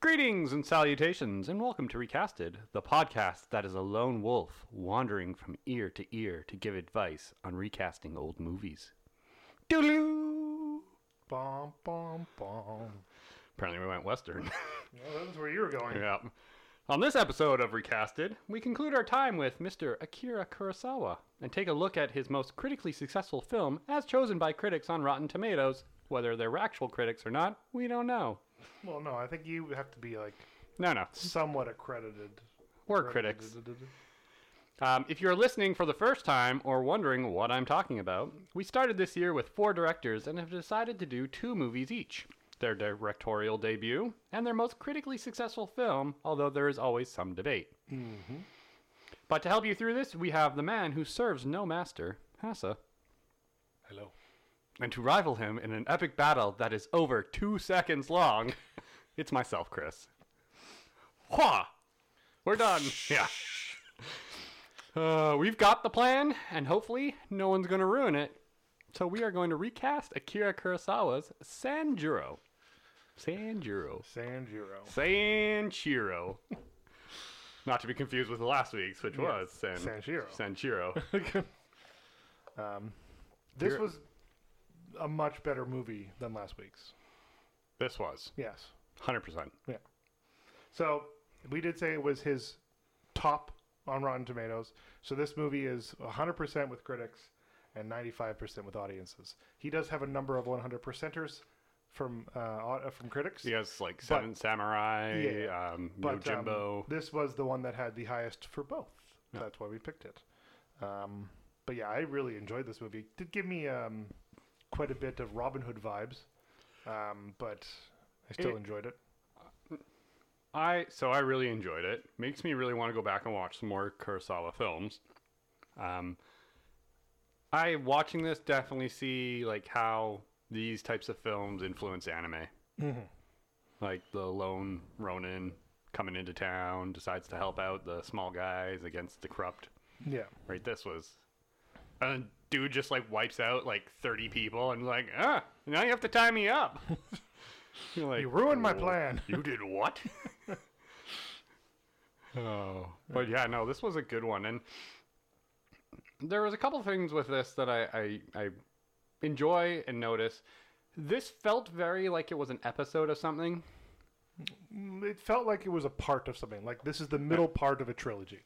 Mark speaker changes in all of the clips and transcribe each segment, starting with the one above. Speaker 1: Greetings and salutations, and welcome to Recasted, the podcast that is a lone wolf wandering from ear to ear to give advice on recasting old movies. Doodaloo!
Speaker 2: Bom, bom, bom.
Speaker 1: Apparently, we went Western.
Speaker 2: Well, that was where you were going.
Speaker 1: yeah. On this episode of Recasted, we conclude our time with Mr. Akira Kurosawa and take a look at his most critically successful film as chosen by critics on Rotten Tomatoes. Whether they're actual critics or not, we don't know.
Speaker 2: Well, no, I think you have to be like
Speaker 1: No, no.
Speaker 2: somewhat accredited.
Speaker 1: We're critics. Um, if you're listening for the first time or wondering what I'm talking about, we started this year with four directors and have decided to do two movies each their directorial debut and their most critically successful film, although there is always some debate. But to help you through this, we have the man who serves no master, Hassa,
Speaker 2: Hello.
Speaker 1: and to rival him in an epic battle that is over two seconds long, it's myself, Chris. Hwa! We're done. yeah. Uh, we've got the plan, and hopefully no one's going to ruin it. So we are going to recast Akira Kurosawa's Sanjuro. Sanjuro.
Speaker 2: Sanjuro.
Speaker 1: Sanchiro. Not to be confused with last week's, which was San-
Speaker 2: Sanjiro.
Speaker 1: Sanchiro.
Speaker 2: um, this
Speaker 1: You're-
Speaker 2: was a much better movie than last week's.
Speaker 1: this was
Speaker 2: Yes.
Speaker 1: 100%.
Speaker 2: So we did say it was his top on Rotten Tomatoes. So this movie is 100% with critics and 95% with audiences. He does have a number of 100%ers from uh, au- from critics.
Speaker 1: He has like Seven Samurai,
Speaker 2: Yeah.
Speaker 1: um,
Speaker 2: But um,
Speaker 1: Yojimbo.
Speaker 2: this was the one that had the highest for both.
Speaker 1: Yeah.
Speaker 2: That's why we picked it. Um, but yeah, I really enjoyed this movie. It did give me um, quite a bit of Robin Hood vibes, um, but I still
Speaker 1: It-
Speaker 2: enjoyed it.
Speaker 1: I so I really enjoyed it. Makes me really want to go back and watch some more Kurosawa films. Um, I watching this definitely see like how these types of films influence anime.
Speaker 2: Mhm.
Speaker 1: Like the lone Ronin coming into town decides to help out the small guys against the corrupt.
Speaker 2: Yeah,
Speaker 1: Right, this was, and dude just like wipes out like thirty people and like ah, now you have to tie me up. You're like
Speaker 2: you ruined my
Speaker 1: "Whoa."
Speaker 2: plan.
Speaker 1: You did what? oh, but yeah, no, this was a good one, and there was a couple things with this that I I, I enjoy and notice. This felt very like it was an episode of something.
Speaker 2: Mm, It felt like it was a part of something. Like this is the middle part of a trilogy.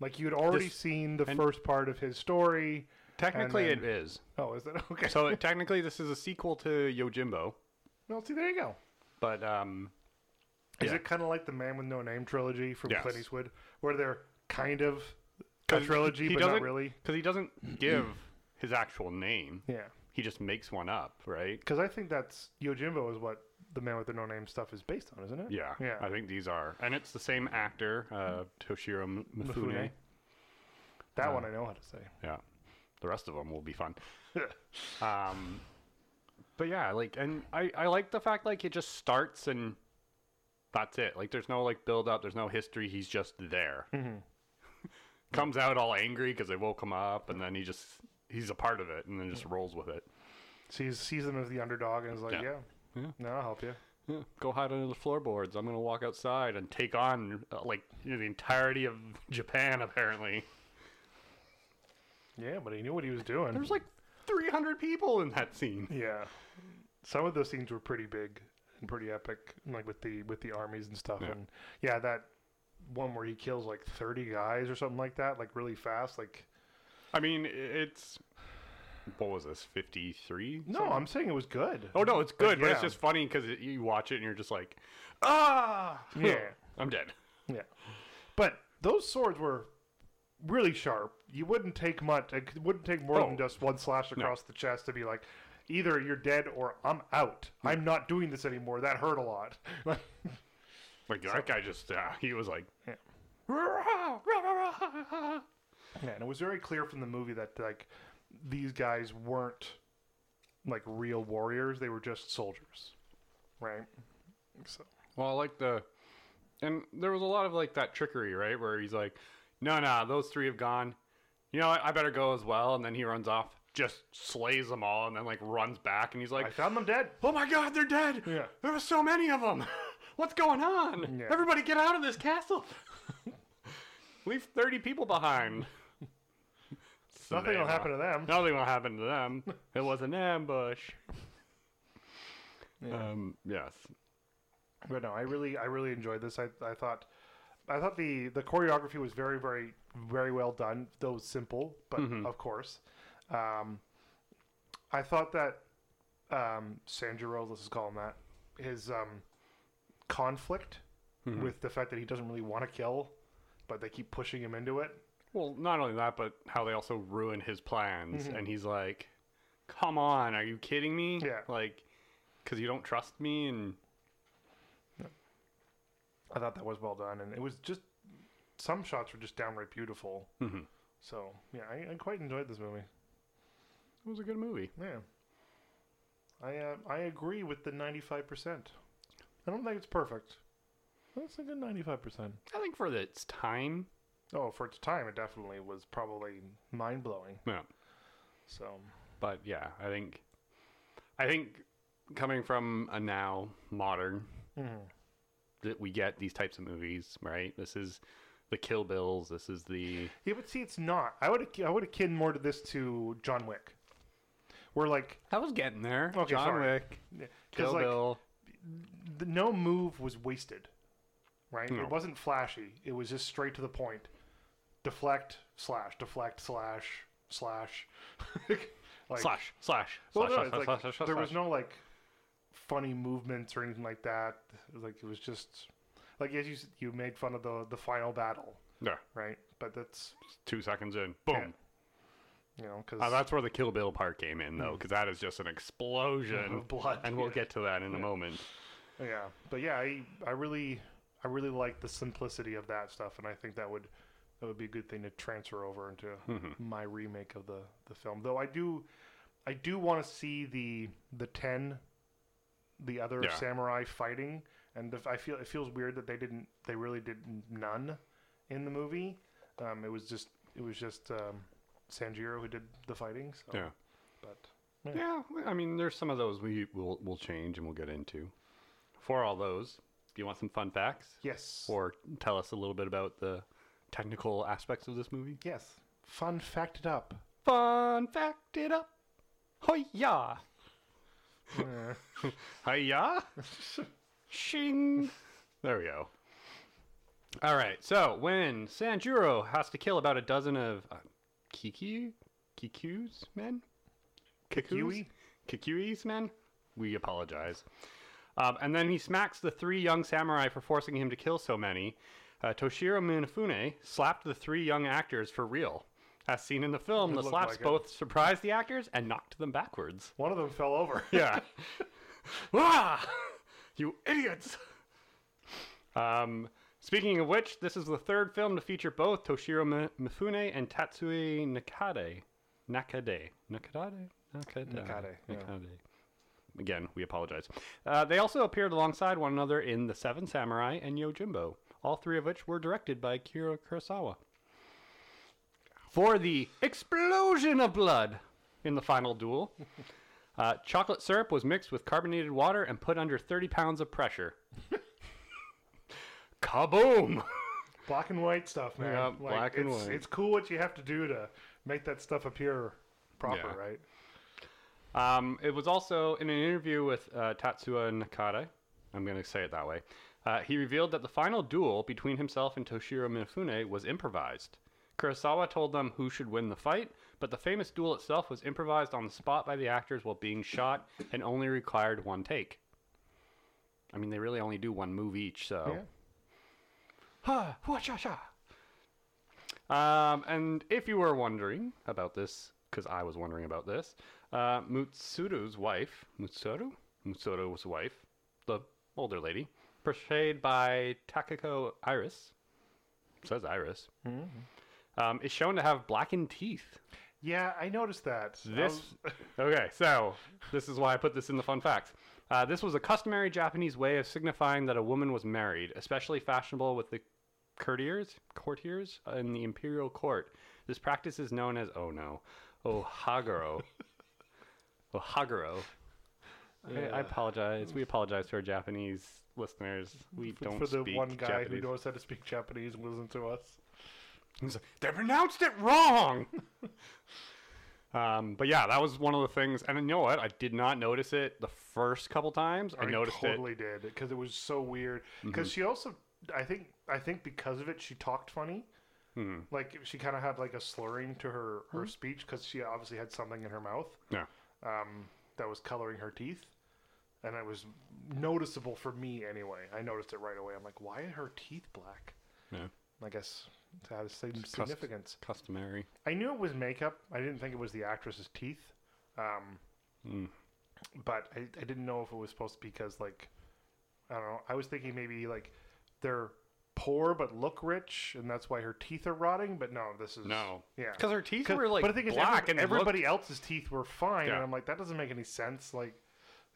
Speaker 2: Like you had already
Speaker 1: This-
Speaker 2: seen the
Speaker 1: and-
Speaker 2: first part of his story.
Speaker 1: Technically,
Speaker 2: then-
Speaker 1: it is.
Speaker 2: Oh, is that okay?
Speaker 1: So technically, this is a sequel to Yojimbo,
Speaker 2: well, see, there you go.
Speaker 1: but um,
Speaker 2: Is
Speaker 1: Yeah.
Speaker 2: it kind of like the Man with No Name trilogy from
Speaker 1: Yes.
Speaker 2: Clint Eastwood, where they're kind of a
Speaker 1: 'Cause
Speaker 2: trilogy
Speaker 1: he
Speaker 2: but not
Speaker 1: doesn't-
Speaker 2: really?
Speaker 1: because he doesn't give his actual name,
Speaker 2: Yeah,
Speaker 1: he just makes one up, right?
Speaker 2: because I think that's Yojimbo is what the Man with the No Name stuff is based on, isn't it?
Speaker 1: Yeah,
Speaker 2: Yeah.
Speaker 1: I think these are, and it's the same actor, uh, Toshiro M- Mifune.
Speaker 2: Mifune. that
Speaker 1: uh,
Speaker 2: one I know how to say.
Speaker 1: Yeah, the rest of them will be fun. Um, but yeah, like, and I, I like the fact like it just starts and that's it. Like, there's no like build up, there's no history. He's just there.
Speaker 2: Mhm.
Speaker 1: Comes out all angry because they woke him up, and then he just he's a part of it, and then just
Speaker 2: Mm.
Speaker 1: rolls with it.
Speaker 2: sees sees them as the underdog and is like,
Speaker 1: Yeah.
Speaker 2: yeah,
Speaker 1: Yeah.
Speaker 2: no, I'll help you.
Speaker 1: Yeah, go hide under the floorboards. I'm gonna walk outside and take on uh, like the entirety of Japan. Apparently,
Speaker 2: Yeah, but he knew what he was doing.
Speaker 1: there's like 300 people in that scene.
Speaker 2: yeah, some of those scenes were pretty big and pretty epic, like with the with the armies and stuff.
Speaker 1: Yeah.
Speaker 2: And yeah, that one where he kills like thirty guys or something like that, like really fast, like.
Speaker 1: I mean, i- it's what was this 53?
Speaker 2: No, I'm saying it was good.
Speaker 1: Oh no, it's good, but it's
Speaker 2: yeah.
Speaker 1: just funny because you watch it and you're just like, ah,
Speaker 2: Yeah.
Speaker 1: I'm dead.
Speaker 2: Yeah. But those swords were really sharp. You wouldn't take much. It wouldn't take more
Speaker 1: Oh.
Speaker 2: than just one slash across the chest to be like, either you're dead or I'm out. I'm not doing this anymore. That hurt a lot.
Speaker 1: Like that guy just, uh, he was like,
Speaker 2: Yeah.
Speaker 1: "Rah, rah, rah, rah, rah."
Speaker 2: yeah, and it was very clear from the movie that like these guys weren't like real warriors. They were just soldiers, right? So
Speaker 1: Well, I like the, and there was a lot of like that trickery, right? Where he's like, no, no, those three have gone. You know, what? I better go as well. And then he runs off, just slays them all, and then like runs back, and he's like,
Speaker 2: I found them dead.
Speaker 1: oh my god, they're dead.
Speaker 2: Yeah.
Speaker 1: There were so many of them. What's going on?
Speaker 2: Yeah.
Speaker 1: Everybody get out of this castle. Leave 30 people behind.
Speaker 2: Nothing will
Speaker 1: Savannah.
Speaker 2: happen to them.
Speaker 1: Nothing will happen to them. It was an ambush.
Speaker 2: Yeah.
Speaker 1: Um, yes.
Speaker 2: But no, I really, I really enjoyed this. I, I thought, I thought the the choreography was very, very, very well done. Though simple, but of course, um, I thought that um, Sanjuro, let's just call him that, his um, conflict with the fact that he doesn't really want to kill, but they keep pushing him into it.
Speaker 1: Well, not only that, but how they also ruin his plans.
Speaker 2: Mm-hmm.
Speaker 1: And he's like, come on, are you kidding me?
Speaker 2: Yeah.
Speaker 1: Like, because you don't trust me and.
Speaker 2: I thought that was well done, and it was just some shots were just downright beautiful.
Speaker 1: Mhm.
Speaker 2: So yeah, I, I quite enjoyed this movie.
Speaker 1: It was a good movie.
Speaker 2: Yeah. I uh, I agree with the 95%. I don't think it's perfect. That's a good 95%.
Speaker 1: I think for its time.
Speaker 2: Oh, for its time, it definitely was probably mind blowing.
Speaker 1: Yeah.
Speaker 2: So,
Speaker 1: but yeah, I think, I think coming from a now modern
Speaker 2: mhm.
Speaker 1: that we get these types of movies, right? This is the Kill Bills. This is the
Speaker 2: yeah, but see, it's not. I would I would akin more to this to John Wick, where like
Speaker 1: I was getting there.
Speaker 2: Okay,
Speaker 1: John
Speaker 2: sorry.
Speaker 1: Wick,
Speaker 2: because
Speaker 1: Kill
Speaker 2: like
Speaker 1: Bill.
Speaker 2: the, no move was wasted, right?
Speaker 1: No.
Speaker 2: It wasn't flashy. It was just straight to the point. Deflect slash deflect slash slash. like,
Speaker 1: slash slash
Speaker 2: Well,
Speaker 1: slash
Speaker 2: no,
Speaker 1: slash
Speaker 2: it's like,
Speaker 1: slash slash
Speaker 2: there was
Speaker 1: slash.
Speaker 2: no like funny movements or anything like that. It was, like it was just like as you s- you made fun of the the final battle,
Speaker 1: Yeah,
Speaker 2: right? But that's
Speaker 1: two seconds in, boom.
Speaker 2: Yeah. you know because
Speaker 1: Uh, that's where the Kill Bill part came in, though, because that is just an explosion.
Speaker 2: Of Hmm. blood,
Speaker 1: and we'll
Speaker 2: yeah.
Speaker 1: get to that in a moment.
Speaker 2: yeah. But yeah, I I really I really like the simplicity of that stuff, and I think that would that would be a good thing to transfer over into
Speaker 1: Mm-hmm.
Speaker 2: my remake of the the film. Though I do I do want to see the the ten the other
Speaker 1: Yeah.
Speaker 2: samurai fighting, and the, I feel it feels weird that they didn't. They really did none in the movie. Um, it was just it was just um, Sanjiro who did the fighting. So,
Speaker 1: Yeah.
Speaker 2: but
Speaker 1: Yeah, w- I mean, there's some of those we will will change and we'll get into. For all those, do you want some fun facts,
Speaker 2: yes,
Speaker 1: or tell us a little bit about the technical aspects of this movie?
Speaker 2: yes, fun fact it up.
Speaker 1: Fun fact it up. Hi-ya.
Speaker 2: Yeah.
Speaker 1: Hi-ya. Shing. There we go. All right. So when Sanjuro has to kill about a dozen of uh, Kiki, Kiku's men,
Speaker 2: Kikui?
Speaker 1: Kikui's men, we apologize. Um, and then he smacks the three young samurai for forcing him to kill so many. Uh, Toshiro Minafune slapped the three young actors for real. As seen in the film, the
Speaker 2: looked
Speaker 1: slaps
Speaker 2: like it.
Speaker 1: both surprised the actors and knocked them backwards.
Speaker 2: One of them fell over.
Speaker 1: Yeah. ah! You idiots! Um, speaking of which, this is the third film to feature both Toshiro Mi- Mifune and Tatsui Nakade. Nakade. Nakade? Nakade.
Speaker 2: Nakade, yeah.
Speaker 1: Nakade. Again, we apologize. Uh, they also appeared alongside one another in The Seven Samurai and Yojimbo, all three of which were directed by Kira Kurosawa. For the explosion of blood in the final duel, uh, chocolate syrup was mixed with carbonated water and put under 30 pounds of pressure. Kaboom!
Speaker 2: Black and white stuff, man.
Speaker 1: Yeah, black and
Speaker 2: it's-
Speaker 1: white.
Speaker 2: It's cool what you have to do to make that stuff appear proper,
Speaker 1: Yeah.
Speaker 2: right?
Speaker 1: Um, it was also in an interview with uh, Tatsuya Nakata. I'm going to say it that way. Uh, he revealed that the final duel between himself and Toshiro Minafune was improvised. Kurosawa told them who should win the fight, but the famous duel itself was improvised on the spot by the actors while being shot and only required one take. I mean, they really only do one move each, so.
Speaker 2: Yeah.
Speaker 1: Ha! Hua cha cha! Um, and if you were wondering about this, because I was wondering about this, uh, Mutsuru's wife, Mutsuru? Mutsuru's wife, the older lady, portrayed by Takako Iris, says Iris, um, is shown to have blackened teeth.
Speaker 2: Yeah, I noticed that. I
Speaker 1: This
Speaker 2: was-
Speaker 1: okay, so this is why I put this in the fun facts. Uh, this was a customary Japanese way of signifying that a woman was married, especially fashionable with the courtiers, courtiers in the imperial court. This practice is known as oh no, ohaguro, ohaguro. I, I apologize. We apologize to our Japanese listeners, we
Speaker 2: for,
Speaker 1: don't
Speaker 2: for the
Speaker 1: speak
Speaker 2: one guy
Speaker 1: Japanese.
Speaker 2: who knows how to speak Japanese and listen to us.
Speaker 1: He's like, they pronounced it wrong. um, but yeah, that was one of the things. And you know what? I did not notice it the first couple times. I, noticed Mm-hmm.
Speaker 2: totally did because it was so weird. Because she also, I think, I think because of it, she talked funny.
Speaker 1: Mhm.
Speaker 2: Like she kind of had like a slurring to her her
Speaker 1: Hmm.
Speaker 2: speech because she obviously had something in her mouth
Speaker 1: it. Yeah.
Speaker 2: um, that was coloring her teeth, and it was noticeable for me anyway. I noticed it right away. I'm like, why are her teeth black?
Speaker 1: Yeah.
Speaker 2: I guess it had some
Speaker 1: cust-
Speaker 2: significance.
Speaker 1: Customary.
Speaker 2: I knew it was makeup. I didn't think it was the actress's teeth. Um,
Speaker 1: Mm.
Speaker 2: But I, I didn't know if it was supposed to be because, like, I don't know. I was thinking maybe, like, they're poor but look rich, and that's why her teeth are rotting. But no, this is.
Speaker 1: No.
Speaker 2: Yeah.
Speaker 1: Because her teeth
Speaker 2: 'Cause-
Speaker 1: were like
Speaker 2: but the thing is, every-
Speaker 1: black and they looked-
Speaker 2: everybody else's teeth were fine.
Speaker 1: Yeah.
Speaker 2: And I'm like, that doesn't make any sense. Like,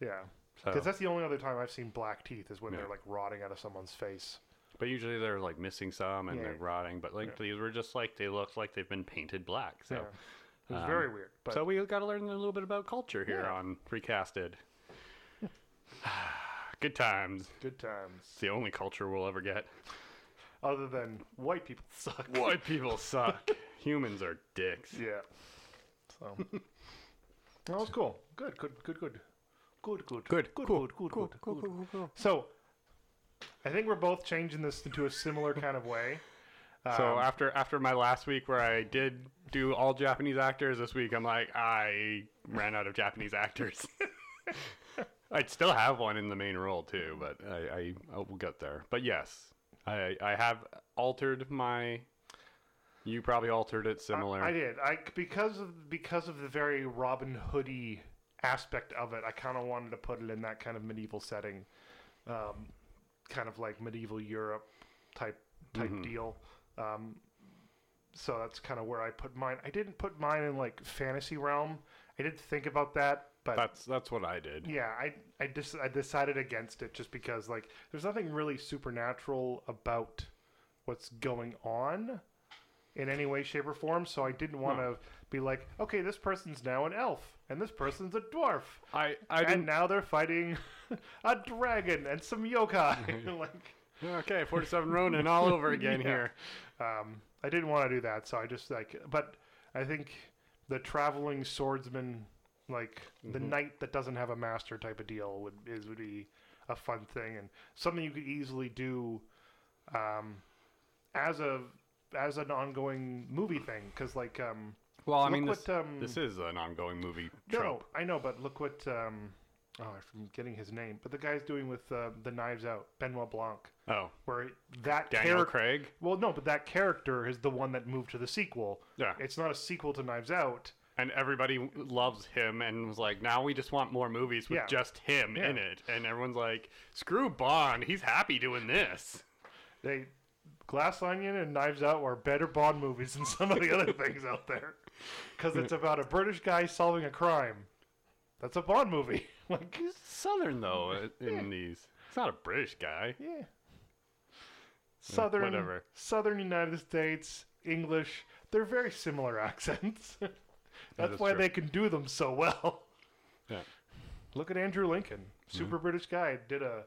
Speaker 2: yeah.
Speaker 1: So-
Speaker 2: Because that's the only other time I've seen black teeth is when
Speaker 1: Yeah.
Speaker 2: they're, like, rotting out of someone's face.
Speaker 1: But usually they're like missing some and
Speaker 2: Yeah.
Speaker 1: they're rotting. But like these were just like they looked like they've been painted black. So
Speaker 2: Yeah. It was
Speaker 1: um,
Speaker 2: very weird. But
Speaker 1: so we got to learn a little bit about culture here
Speaker 2: Yeah.
Speaker 1: on Recasted. Good times.
Speaker 2: good times.
Speaker 1: It's the only culture we'll ever get.
Speaker 2: Other than white people suck.
Speaker 1: White people suck. Humans are dicks.
Speaker 2: Yeah. So that was cool. Good, good, good, good, good, good,
Speaker 1: Good,
Speaker 2: good,
Speaker 1: cool,
Speaker 2: good, good, good, good. So I think we're both changing this into a similar kind of way.
Speaker 1: So
Speaker 2: Um,
Speaker 1: after after my last week where I did do all Japanese actors, this week I'm like I ran out of Japanese actors. I'd still have one in the main role too, but I, I, I will get there. But yes, I I have altered my. You probably altered it similar.
Speaker 2: I did. I because of because of the very Robin Hoody aspect of it, I kind of wanted to put it in that kind of medieval setting, um, kind of like medieval Europe type type
Speaker 1: Mm-hmm.
Speaker 2: deal. Um, so that's kind of where I put mine. I didn't put mine in like fantasy realm. I did think about that, but
Speaker 1: that's that's what I did.
Speaker 2: yeah, I I just I decided against it just because like there's nothing really supernatural about what's going on in any way, shape, or form. So I didn't want to
Speaker 1: Hmm.
Speaker 2: be like, okay, this person's now an elf and this person's a dwarf,
Speaker 1: I I
Speaker 2: and
Speaker 1: didn't.
Speaker 2: now they're fighting a dragon and some yokai. like,
Speaker 1: Okay, forty-seven Ronin all over again
Speaker 2: Yeah.
Speaker 1: here.
Speaker 2: um, I didn't want to do that, so I just like, but I think the traveling swordsman, like the
Speaker 1: Mm-hmm.
Speaker 2: knight that doesn't have a master type of deal, would is would be a fun thing and something you could easily do, um, as a as an ongoing movie thing, because like um,
Speaker 1: Well, I
Speaker 2: look
Speaker 1: mean,
Speaker 2: what
Speaker 1: this,
Speaker 2: um,
Speaker 1: this is an ongoing movie
Speaker 2: no,
Speaker 1: trope.
Speaker 2: I know, but look what um, oh, I'm getting his name, but the guy's doing with uh, the Knives Out, Benoit Blanc,
Speaker 1: Oh,
Speaker 2: where that
Speaker 1: Daniel
Speaker 2: character.
Speaker 1: Craig.
Speaker 2: Well, no, but that character is the one that moved to the sequel.
Speaker 1: Yeah.
Speaker 2: It's not a sequel to Knives Out.
Speaker 1: and everybody loves him and was like now we just want more movies with
Speaker 2: Yeah.
Speaker 1: just him
Speaker 2: Yeah.
Speaker 1: in it and everyone's like screw bond he's happy doing this
Speaker 2: They Glass Onion and Knives Out are better Bond movies than some of the other things out there because it's about a British guy solving a crime. That's a Bond movie. like,
Speaker 1: he's southern though uh, in these he's not a british guy
Speaker 2: yeah. Southern,
Speaker 1: whatever.
Speaker 2: Southern United States English. They're very similar accents. That's
Speaker 1: is
Speaker 2: why
Speaker 1: true.
Speaker 2: they can do them so well.
Speaker 1: yeah Mm-hmm.
Speaker 2: Look at Andrew Lincoln, super British guy, did a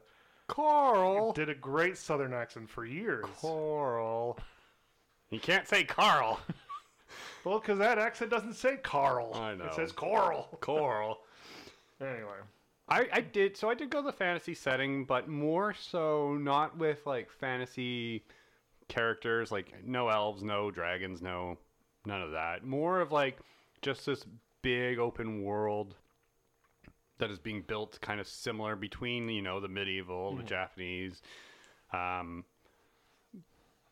Speaker 1: carl
Speaker 2: did a great Southern accent for years.
Speaker 1: carl you can't say carl
Speaker 2: Well, because that accent doesn't say Carl.
Speaker 1: I know.
Speaker 2: It says Coral.
Speaker 1: carl
Speaker 2: Anyway.
Speaker 1: I, I did so I did go the fantasy setting, but more so not with like fantasy characters, like no elves, no dragons, no none of that. More of like just this big open world that is being built kind of similar between, you know, the medieval, the Japanese. Um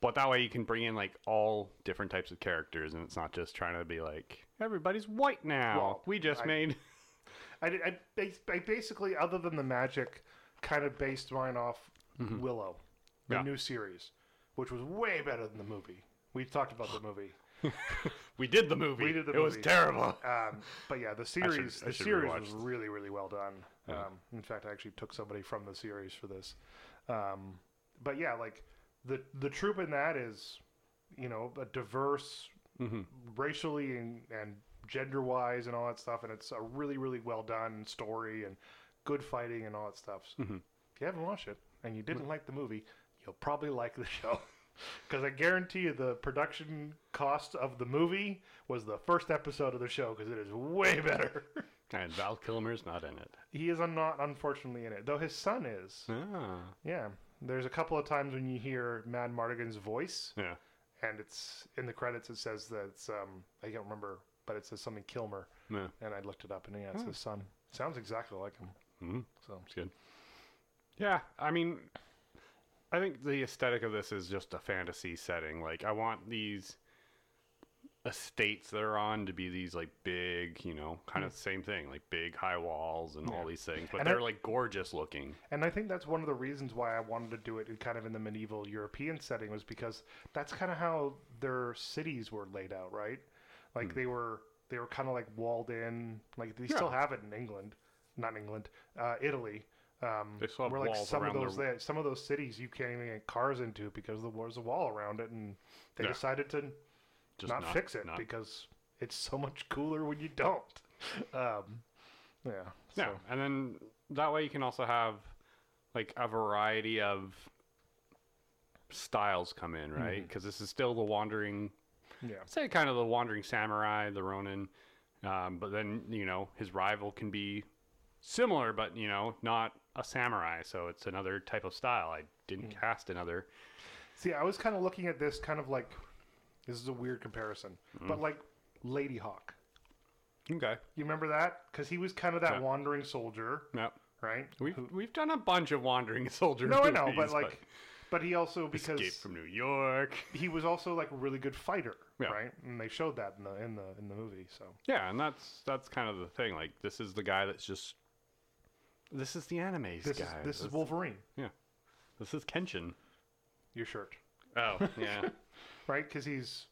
Speaker 1: but that way you can bring in like all different types of characters and it's not just trying to be like everybody's white now.
Speaker 2: Well,
Speaker 1: we just
Speaker 2: I-
Speaker 1: made
Speaker 2: I, did- I, bas- I basically, other than the magic, kind of based mine off Willow, the
Speaker 1: Mm-hmm. Yeah.
Speaker 2: new series, which was way better than the movie. We've talked about the movie.
Speaker 1: we did the movie.
Speaker 2: We did the
Speaker 1: it was
Speaker 2: movie.
Speaker 1: terrible.
Speaker 2: Um, but yeah, the series
Speaker 1: I
Speaker 2: the
Speaker 1: should
Speaker 2: series
Speaker 1: rewatch
Speaker 2: was
Speaker 1: this.
Speaker 2: really, really well done. Um, in fact, I actually took somebody from the series for this. Um, but yeah, like the the troop in that is, you know, a diverse
Speaker 1: Mhm.
Speaker 2: racially and, and gender wise and all that stuff, and it's a
Speaker 1: Mm-hmm.
Speaker 2: really, really well done story and good fighting and all that stuff. So If you haven't watched it, and you didn't like the movie, you'll probably like the show. Because I guarantee you, the production cost of the movie was the first episode of the show because it is way better.
Speaker 1: And Val Kilmer's not in it.
Speaker 2: he is not, unfortunately, in it, though his son is.
Speaker 1: Ah.
Speaker 2: Yeah. There's a couple of times when you hear Mad Mardigan's voice,
Speaker 1: Yeah.
Speaker 2: and it's in the credits, it says that it's, um, I can't remember, but it says something Kilmer,
Speaker 1: Yeah.
Speaker 2: and I looked it up, and yeah, it's his son. Sounds exactly like him.
Speaker 1: hmm
Speaker 2: So
Speaker 1: It's good. Yeah, I mean, I think the aesthetic of this is just a fantasy setting. Like, I want these estates that are on to be these like big, you know, kind of same thing, like big high walls and all these things, but
Speaker 2: Mm. And I-
Speaker 1: they're like gorgeous looking.
Speaker 2: And I think that's one of the reasons why I wanted to do it in kind of in the medieval European setting was because that's kind of how their cities were laid out, right? Like
Speaker 1: Hmm.
Speaker 2: they were they were kind of like walled in. Like they still
Speaker 1: Yeah.
Speaker 2: have it in England, not England, uh, Italy. Um,
Speaker 1: They still have
Speaker 2: where like
Speaker 1: walls
Speaker 2: some of
Speaker 1: around
Speaker 2: those
Speaker 1: their-
Speaker 2: there, some of those cities you can't even get cars into because there was a wall around it, and they
Speaker 1: Yeah.
Speaker 2: decided to
Speaker 1: Just
Speaker 2: not,
Speaker 1: not,
Speaker 2: fix it
Speaker 1: not-
Speaker 2: because it's so much cooler when you don't. Um, yeah.
Speaker 1: Yeah,
Speaker 2: so-
Speaker 1: and then that way you can also have like a variety of styles come in,
Speaker 2: Mm-hmm.
Speaker 1: right? Because this is still the wandering
Speaker 2: yeah.
Speaker 1: say kind of the wandering samurai, the Ronin. Um, but then you know his rival can be similar, but you know not a samurai, so it's another type of style. I didn't
Speaker 2: Hmm.
Speaker 1: cast another.
Speaker 2: See, I was kind of looking at this kind of like this is a weird comparison,
Speaker 1: Mm.
Speaker 2: but like Lady Hawk.
Speaker 1: Okay.
Speaker 2: You remember that? Because he was kind of that
Speaker 1: Yeah.
Speaker 2: wandering soldier,
Speaker 1: No,
Speaker 2: right?
Speaker 1: we've we've done a bunch of wandering soldier.
Speaker 2: no, I know, but
Speaker 1: movies,
Speaker 2: like, but he also because
Speaker 1: Escape from New York.
Speaker 2: he was also like a really good fighter,
Speaker 1: Yeah.
Speaker 2: right? And they showed that in the in the in the movie. So
Speaker 1: Yeah, and that's that's kind of the thing. Like this is the guy that's just. This is the anime's
Speaker 2: this
Speaker 1: guy.
Speaker 2: is this is Wolverine.
Speaker 1: this is Kenshin.
Speaker 2: Your shirt,
Speaker 1: Oh yeah.
Speaker 2: right? Because he's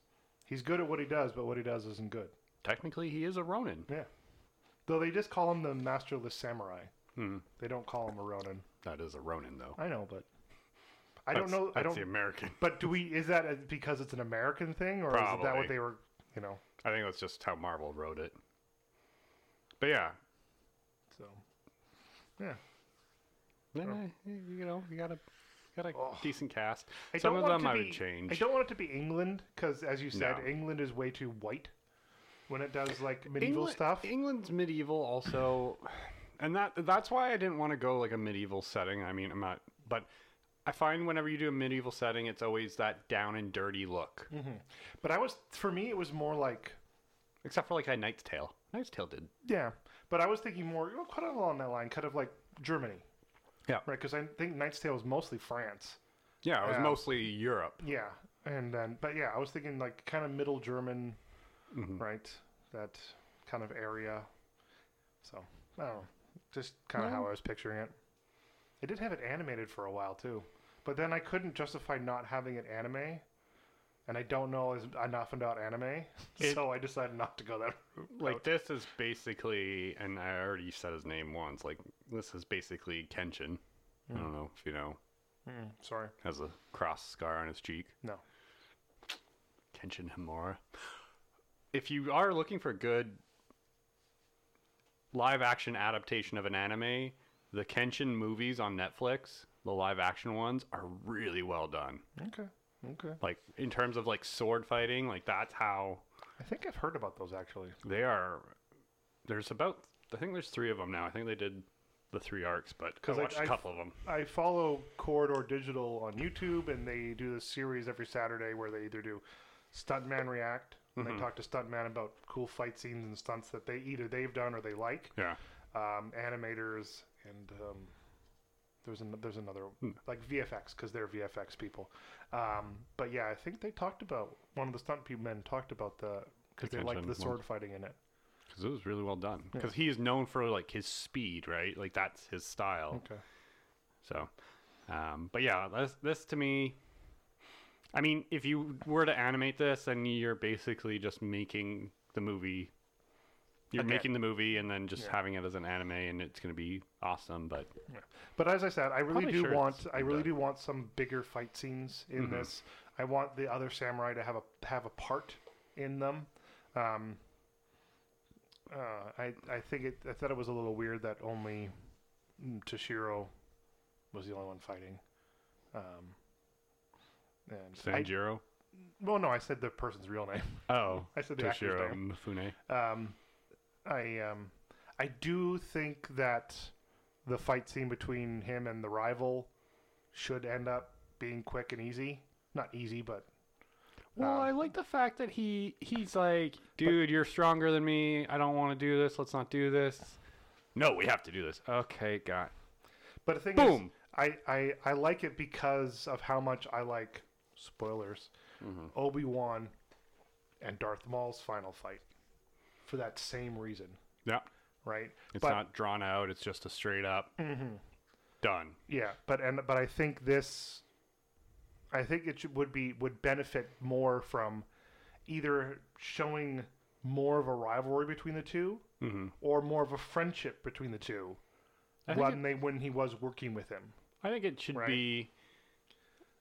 Speaker 2: he's good at what he does, but what he does isn't good.
Speaker 1: Technically, he is a Ronin.
Speaker 2: Yeah. Though they just call him the masterless samurai.
Speaker 1: Hmm.
Speaker 2: They don't call him a Ronin.
Speaker 1: That is a Ronin though.
Speaker 2: I know, but I don't
Speaker 1: That's-
Speaker 2: know. I
Speaker 1: that's
Speaker 2: don't.
Speaker 1: the American.
Speaker 2: But do we? Is that a- because it's an American thing, or is that
Speaker 1: Probably.
Speaker 2: what they were? You know.
Speaker 1: I think that's just how Marvel wrote it. But yeah,
Speaker 2: So. Yeah.
Speaker 1: eh, you know, you got a got a
Speaker 2: Oh.
Speaker 1: decent cast.
Speaker 2: I
Speaker 1: Some
Speaker 2: don't
Speaker 1: of
Speaker 2: want
Speaker 1: them
Speaker 2: it to
Speaker 1: I
Speaker 2: be-
Speaker 1: would
Speaker 2: I
Speaker 1: change.
Speaker 2: don't want it to be England because, as you said,
Speaker 1: No.
Speaker 2: England is way too white when it does like medieval
Speaker 1: Engla-
Speaker 2: stuff.
Speaker 1: England's medieval also, and that that's why I didn't want to go like a medieval setting. I mean, I'm not, but I find whenever you do a medieval setting, it's always that down and dirty look,
Speaker 2: But I was, for me, it was more like,
Speaker 1: except for like a Knight's Tale. Knight's Tale did.
Speaker 2: yeah. But I was thinking more you know, kind of along that line, kind of like Germany.
Speaker 1: Yeah.
Speaker 2: Right, because I think Knight's Tale is mostly France.
Speaker 1: Yeah, it was
Speaker 2: Yeah.
Speaker 1: mostly Europe.
Speaker 2: Yeah, and then, but yeah, I was thinking like kind of Middle German, right? That kind of area. So I don't know, just kind of how I was picturing it. I did have it animated for a while too, but then I couldn't justify not having it anime, and I don't know as enough about anime,
Speaker 1: It-
Speaker 2: so I decided not to go that route.
Speaker 1: Like this is basically, and I already said his name once. Like this is basically Kenshin. I don't know if you know
Speaker 2: Mm, sorry,
Speaker 1: has a cross scar on his cheek.
Speaker 2: no.
Speaker 1: Kenshin Himura. If you are looking for a good live action adaptation of an anime, the Kenshin movies on Netflix, the live action ones, are really well done.
Speaker 2: Okay, okay.
Speaker 1: Like in terms of like sword fighting, like that's how
Speaker 2: I think I've heard about those actually.
Speaker 1: they are. There's about I think there's three of them now. I think they did the three arcs, but I
Speaker 2: 'Cause, like,
Speaker 1: watched a
Speaker 2: I've-
Speaker 1: couple of them.
Speaker 2: I follow Corridor Digital on YouTube, and they do this series every Saturday where they either do stuntman react, and they talk to stuntman about cool fight scenes and stunts that they either they've done or they like,
Speaker 1: Yeah,
Speaker 2: um, animators, and um, there's an, there's another like VFX because they're VFX people. Um, but yeah, I think they talked about one of the stunt people men talked about the because they liked
Speaker 1: Attention
Speaker 2: the
Speaker 1: ones.
Speaker 2: sword fighting in it.
Speaker 1: because it was really well done. Because he is known for like his speed, right? Like that's his style.
Speaker 2: Okay.
Speaker 1: So, um, but yeah, this, this to me, I mean, if you were to animate this, then you're basically just making the movie. You're
Speaker 2: Okay.
Speaker 1: making the movie and then just
Speaker 2: Yeah.
Speaker 1: having it as an anime, and it's going to be awesome. But
Speaker 2: But as I said, I really
Speaker 1: Probably
Speaker 2: do
Speaker 1: sure
Speaker 2: want
Speaker 1: it's
Speaker 2: I
Speaker 1: been
Speaker 2: really
Speaker 1: done. Mm-hmm.
Speaker 2: do want some bigger fight scenes in this. I want the other samurai to have a have a part in them. Um, uh, I I think it I thought it was a little weird that only mm, Toshiro was the only one fighting. Um, and I,
Speaker 1: Sanjiro.
Speaker 2: well, no, I said the person's real name.
Speaker 1: Oh,
Speaker 2: I said the actor's
Speaker 1: Toshiro
Speaker 2: name.
Speaker 1: Mifune.
Speaker 2: Um, I um, I do think that the fight scene between him and the rival should end up being quick and easy. Not easy, but
Speaker 1: Well,
Speaker 2: Um,
Speaker 1: I like the fact that he he's like, dude, you're stronger than me. I don't want to do this. Let's not do this. No, we have to do this. Okay, got.
Speaker 2: but the thing
Speaker 1: Boom.
Speaker 2: is, I, I I like it because of how much I like spoilers.
Speaker 1: Mm-hmm.
Speaker 2: Obi Wan and Darth Maul's final fight for that same reason,
Speaker 1: Yeah,
Speaker 2: right?
Speaker 1: it's
Speaker 2: but
Speaker 1: not drawn out. It's just a straight up done.
Speaker 2: Yeah, but and but I think this, I think it should, would be would benefit more from either showing more of a rivalry between the 2
Speaker 1: Mm-hmm.
Speaker 2: or more of a friendship between the two
Speaker 1: I think,
Speaker 2: when
Speaker 1: it,
Speaker 2: they when he was working with him,
Speaker 1: I think it should
Speaker 2: right.
Speaker 1: be.